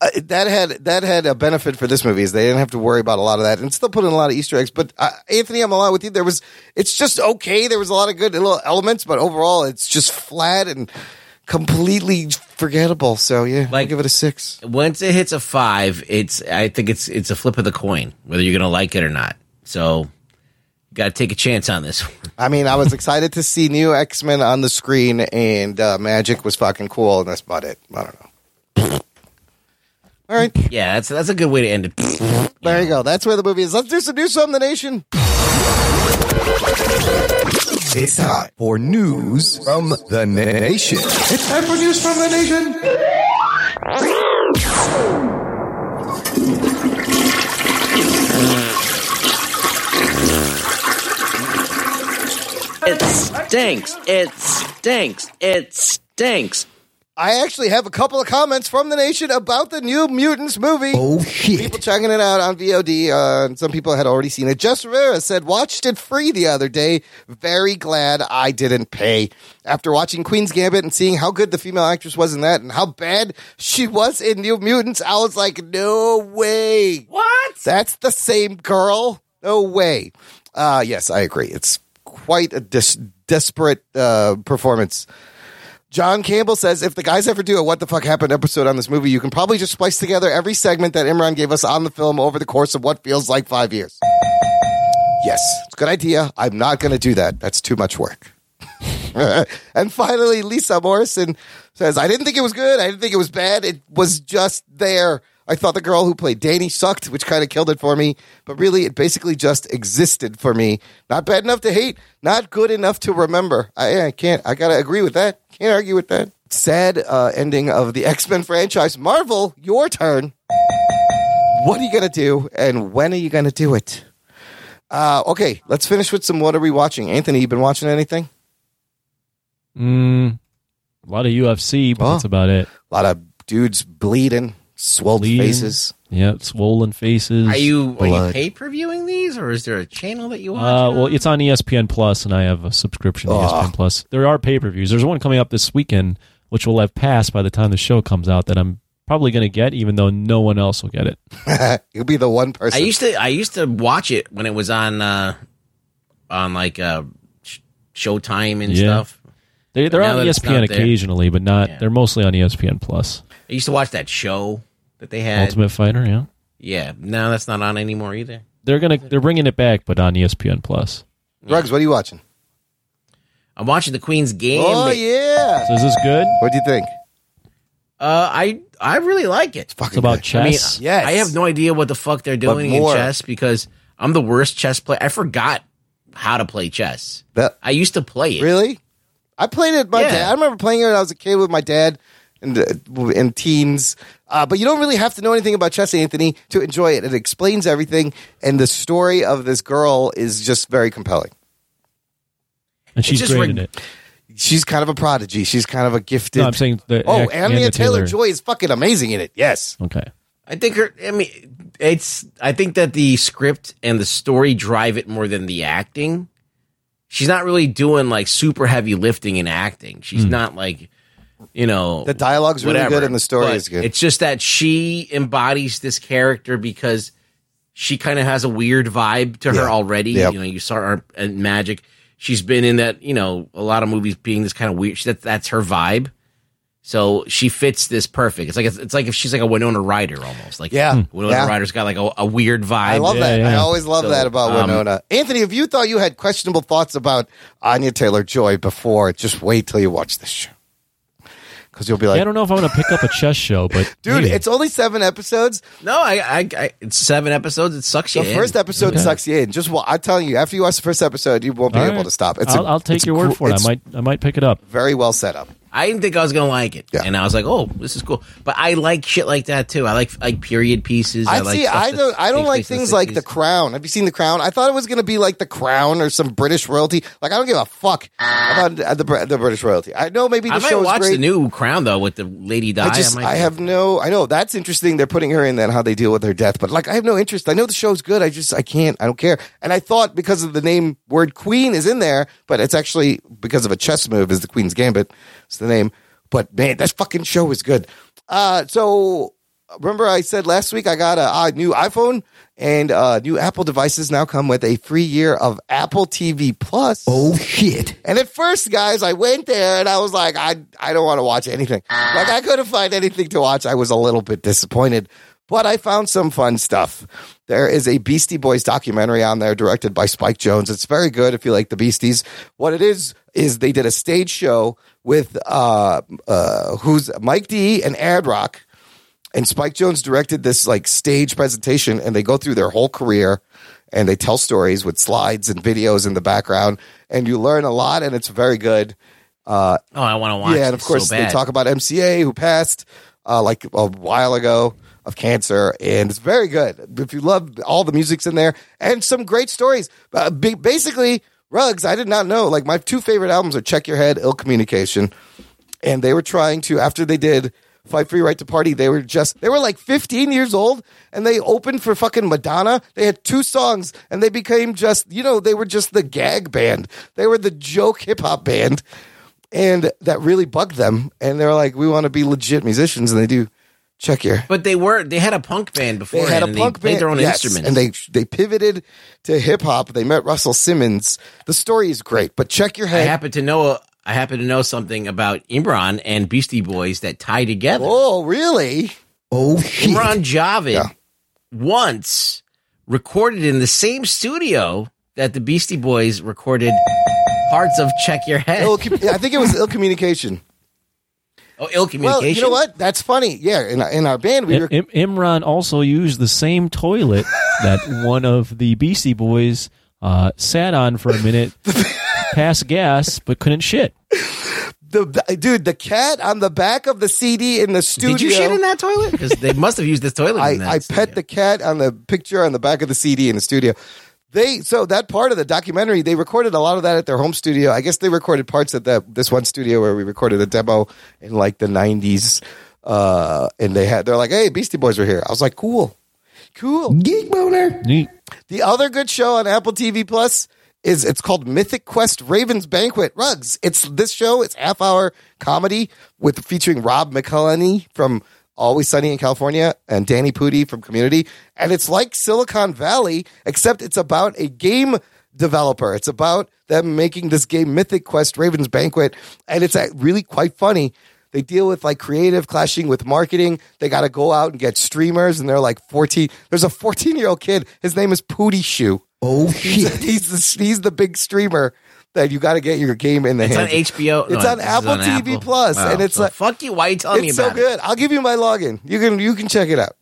uh, that had that had a benefit for this movie is they didn't have to worry about a lot of that and still put in a lot of Easter eggs. But uh, Anthony, I'm along with you. There was it's just okay. There was a lot of good little elements, but overall it's just flat and completely forgettable. So yeah, like, give it a six. Once it hits a five, it's I think it's it's a flip of the coin whether you're gonna like it or not. So got to take a chance on this. one. (laughs) I mean, I was excited to see new X Men on the screen and uh, magic was fucking cool, and that's about it. I don't know. All right, Yeah, that's that's a good way to end it. there you go. That's where the movie is. Let's do some new some the nation. It's time for news from the nation. It's time for news from the nation. It stinks. It stinks. It stinks. I actually have a couple of comments from the nation about the New Mutants movie. Oh shit! People checking it out on VOD. Uh, and some people had already seen it. Jess Rivera said, "Watched it free the other day. Very glad I didn't pay." After watching Queen's Gambit and seeing how good the female actress was in that, and how bad she was in New Mutants, I was like, "No way! What? That's the same girl? No way!" Uh, yes, I agree. It's quite a dis- desperate uh, performance. John Campbell says if the guys ever do a what the fuck happened episode on this movie, you can probably just splice together every segment that Imran gave us on the film over the course of what feels like five years. Yes, it's a good idea. I'm not going to do that. That's too much work. and finally, Lisa Morrison says, I didn't think it was good. I didn't think it was bad. It was just there. I thought the girl who played Danny sucked, which kind of killed it for me. But really, it basically just existed for me. Not bad enough to hate, not good enough to remember. I, I can't, I got to agree with that. Can't argue with that. Sad uh, ending of the X Men franchise. Marvel, your turn. What are you going to do? And when are you going to do it? Uh, okay, let's finish with some what are we watching? Anthony, you been watching anything? Mm, a lot of UFC, but that's about it. A lot of dudes bleeding, swelled Bleeding. faces. Yeah, swollen faces. Are you are you blood. pay per viewing these, or is there a channel that you watch? Uh, well, it's on ESPN Plus, and I have a subscription to E ESPN Plus. There are pay per views. There's one coming up this weekend, which will have passed by the time the show comes out. That I'm probably going to get, even though no one else will get it. You'll be the one person. I used to I used to watch it when it was on uh, on like uh, Sh- Showtime and Yeah. stuff. They, they're Now on E that it's ESPN not there- occasionally, but not. They're mostly on E ESPN Plus. I used to watch that show that they had. Ultimate Fighter, yeah. Yeah, no, that's not on anymore either. They're gonna they're bringing it back, but on E ESPN Plus. Drugs, what are you watching? I'm watching the Queen's Game. Oh, yeah. So is this good? What do you think? Uh, I I really like it. It's about chess. I mean, I have no idea what the fuck they're doing in more. chess because I'm the worst chess player. I forgot how to play chess. That- I used to play it. Really? I played it. My Yeah. dad. I remember playing it when I was a kid with my dad and uh, and teens. Uh, but you don't really have to know anything about chess, Anthony, to enjoy it. It explains everything, and the story of this girl is just very compelling. And she's just great ring- in it. She's kind of a prodigy. She's kind of a gifted. No, I'm saying the oh, Ag- Anya Taylor, Anya Taylor- Joy is fucking amazing in it. Yes. Okay. I think her. I mean, it's. I think that the script and the story drive it more than the acting. She's not really doing like super heavy lifting in acting. She's not like, you know, The dialogue's really whatever. good and the story But is good. It's just that she embodies this character because she kind of has a weird vibe to her already. Yep. You know, you saw her in Magic. She's been in that, you know, a lot of movies being this kind of weird. That that's her vibe. So she fits this perfect. It's like it's like if she's like a Winona Ryder almost. Like Hmm. Yeah. Winona Yeah. Ryder's got like a, a weird vibe. I love that. I always love So, that about um, Winona. Anthony, if you thought you had questionable thoughts about Anya Taylor Joy before, just wait till you watch this show. Because you'll be like, I don't know if I'm going to pick up a chess show, but dude, it's only seven episodes. No, I, I, I it's seven episodes. It sucks you. The first episode sucks you in. Just wa- I'm telling you, after you watch the first episode, you won't be All able right. to stop. It's a- I'll, I'll it's take a your word cool- for it. I it's might I might pick it up. Very well set up. I didn't think I was gonna like it, and I was like, "Oh, this is cool." But I like shit like that too. I like like period pieces. I, I like see. stuff I that don't. I don't takes like place in things like The Crown. Have you seen The Crown? I thought it was going to be like The Crown or some British royalty. Like I don't give a fuck about uh, the, Br- the British royalty. I know maybe the I show might is watch great. the new Crown though with the Lady Di. I just, might I have no, I know that's interesting. They're putting her in that how they deal with her death, but like, I have no interest. I know the show's good. I just, I can't, I don't care. And I thought because of the name word queen is in there, but it's actually because of a chess move is the queen's gambit. It's the name, but man, that fucking show is good. Uh, so remember I said last week I got a, a new iPhone and uh, new Apple devices now come with a free year of Apple TV Plus. Oh shit. And at first, guys, I went there and I was like, I, I don't want to watch anything. Like, I couldn't find anything to watch. I was a little bit disappointed, but I found some fun stuff. There is a Beastie Boys documentary on there directed by Spike Jones. It's very good if you like the Beasties. What it is, is they did a stage show with, uh, uh, who's Mike D and Ad Rock. And Spike Jones directed this like stage presentation, and they go through their whole career and they tell stories with slides and videos in the background, and you learn a lot, and it's very good. Uh, Oh, I want to watch. yeah, and it of course so they bad. talk about MCA who passed uh, like a while ago of cancer, and it's very good. If you love all the music's in there and some great stories, uh, ba- basically rugs. I did not know. Like my two favorite albums are Check Your Head, Ill Communication, and they were trying to after they did. Fight for your right to party. They were just, they were like 15 years old and they opened for fucking Madonna. They had two songs and they became just, you know, they were just the gag band. They were the joke hip hop band and that really bugged them. And they're like, "We want to be legit musicians," and they do check here. But they were they had a punk They band before. had a and punk they played band, their own yes, instruments. and they they pivoted to hip hop. They met Russell Simmons. The story is great, but check your I head. happen to know I happen to know something about Imran and Beastie Boys that tie together. Oh, (laughs) really? Oh, Imran Javid once recorded in the same studio that the Beastie Boys recorded parts of "Check Your Head." Ill, I think it was ill communication. oh, ill communication. Well, you know what? That's funny. Yeah, in our, in our band, we Im- were Im- Imran also used the (laughs) same toilet that one of the Beastie Boys uh, sat on for (laughs) a minute, passed gas, but couldn't shit. the, the- dude. The cat on the back of the CD in the studio. Did you shit in that toilet? Because they must have used this toilet. in that I, I pet the cat on the picture on the back of the CD in the studio. They so that part of the documentary they recorded a lot of that at their home studio. I guess they recorded parts at that this one studio where we recorded a demo in like the nineties. Uh, and they had they're like, hey, Beastie Boys are here. I was like, cool, cool. Geek boner. Neat. The other good show on Apple TV Plus is it's called Mythic Quest Ravens Banquet Rugs. It's this show, it's half hour comedy with featuring Rob McElhenney from Always Sunny in California and Danny Pudi from Community. And it's like Silicon Valley, except it's about a game developer. It's about them making this game Mythic Quest Ravens Banquet. And it's uh, really quite funny they deal with like creative clashing with marketing. They got to go out and get streamers, and they're like 14. There's a 14 year old kid. His name is Pootie Shoe. Oh (laughs) He's, he's, the, he's the big streamer that you got to get your game in the It's on hand. HBO. It's No, on this is Apple on TV Apple. Plus, Wow. and it's So like fuck you. Why are you telling me it's about so good. I'll give you my login. You can you can check it (laughs) out.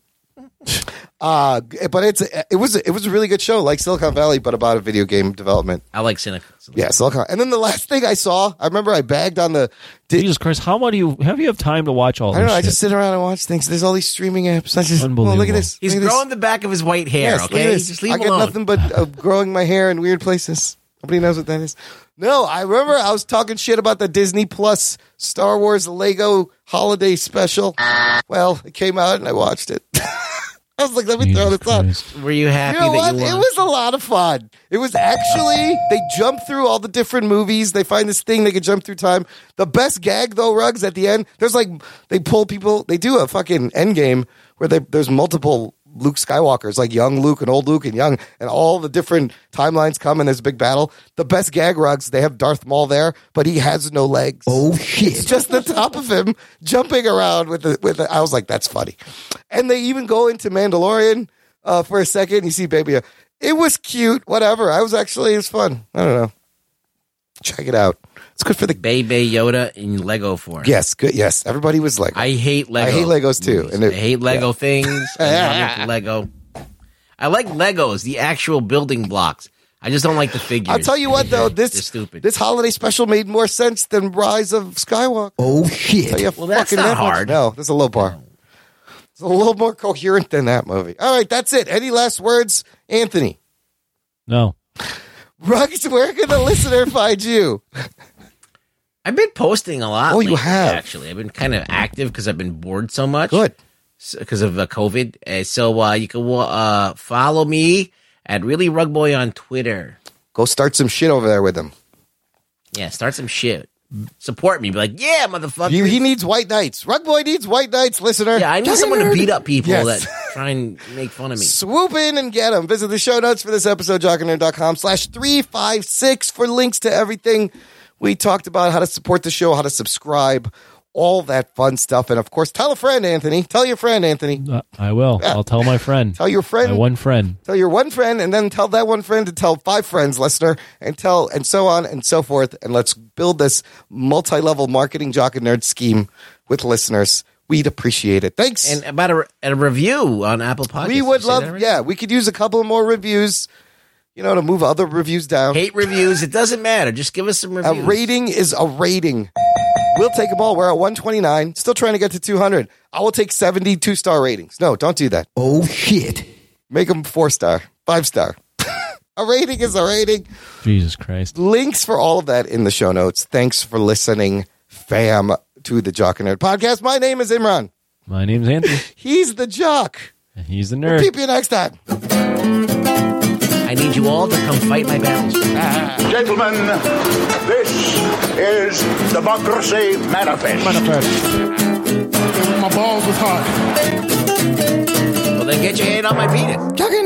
Uh, but it's it was it was a really good show, like Silicon Valley, but about a video game development. it? I like cynical. Yeah, Silicon. And then the last thing I saw, I remember I bagged on the Jesus Christ, how much do you how do you have time to watch all I don't this? know. I shit? just sit around and watch things. There's all these streaming apps. I just, well, look at Unbelievable. this. He's look at this. growing the back of his white hair. Yes, look at okay, this. just leave I him get alone. nothing but uh, growing my hair in weird places. Nobody knows what that is. No, I remember I was talking shit about the Disney Plus Star Wars Lego holiday special. Well, it came out and I watched it. (laughs) I was like, let me throw this on. Were you happy You know that what? you It won? was a lot of fun. It was actually they jump through all the different movies. They find this thing they can jump through time. The best gag though, rugs at the end. There's like they pull people. They do a fucking end game where they, there's multiple Luke Skywalker. It's like young Luke and old Luke and young, and all the different timelines come in this big battle. The best gag rugs, they have Darth Maul there, but he has no legs. Oh shit! It's just the top of him jumping around with the with. The, I was like, that's funny, and they even go into Mandalorian uh, for a second. You see, baby, uh, it was cute. Whatever. I was actually it was fun. I don't know. Check it out. It's good for the Baby Yoda in Lego form. Yes, good. Yes, everybody was Lego. I hate Lego. I hate Legos too, and I hate Lego yeah. things. (laughs) I love Lego. I like Legos, the actual building blocks. I just don't like the figures. I'll tell you what, though this (laughs) They're stupid. this holiday special made more sense than Rise of Skywalker. Oh shit! Well, that's not that hard. No, there's a low bar. It's a little more coherent than that movie. All right, that's it. Any last words, Anthony? No. Rugged, where can the listener find you? I've been posting a lot. Oh, lately, you have actually. I've been kind of active because I've been bored so much. Good because of uh, COVID. Uh, so uh, you can uh, follow me at Really Rug Boy on Twitter. Go start some shit over there with him. Yeah, start some shit. Support me. Be like, yeah, motherfucker. You, he needs white knights. Rug Boy needs white knights, listener. Yeah, I need someone to beat up people yes. that try and make fun of me. Swoop in and get them. Visit the show notes for this episode, jockinerd.com slash 356 for links to everything. We talked about how to support the show, how to subscribe, all that fun stuff. And of course, tell a friend, Anthony. Tell your friend, Anthony. Uh, I will. Yeah. I'll tell my friend. Tell your friend. My one friend. Tell your one friend, and then tell that one friend to tell five friends, listener, and tell, and so on and so forth. And let's build this multi level marketing jock and nerd scheme with listeners. We'd appreciate it. Thanks. And about a, a review on Apple Podcasts. we would Did you say love, that right? yeah, we could use a couple more reviews, you know, to move other reviews down. Hate reviews. It doesn't matter. Just give us some A reviews. rating is a rating. We'll take them all. We're at 129, still trying to get to 200. I will take 72 star ratings. No, don't do that. Oh shit! Make them four star, five star. (laughs) a rating is a rating. Jesus Christ. Links for all of that in the show notes. Thanks for listening, fam, to the Jock and Nerd podcast. My name is Imran. My name's Anthony. He's the Jock. He's the We'll nerd. keep you next time. I need you all to come fight my battles. Gentlemen, this is Democracy Manifest. Well, then get your hand on my penis. Jock and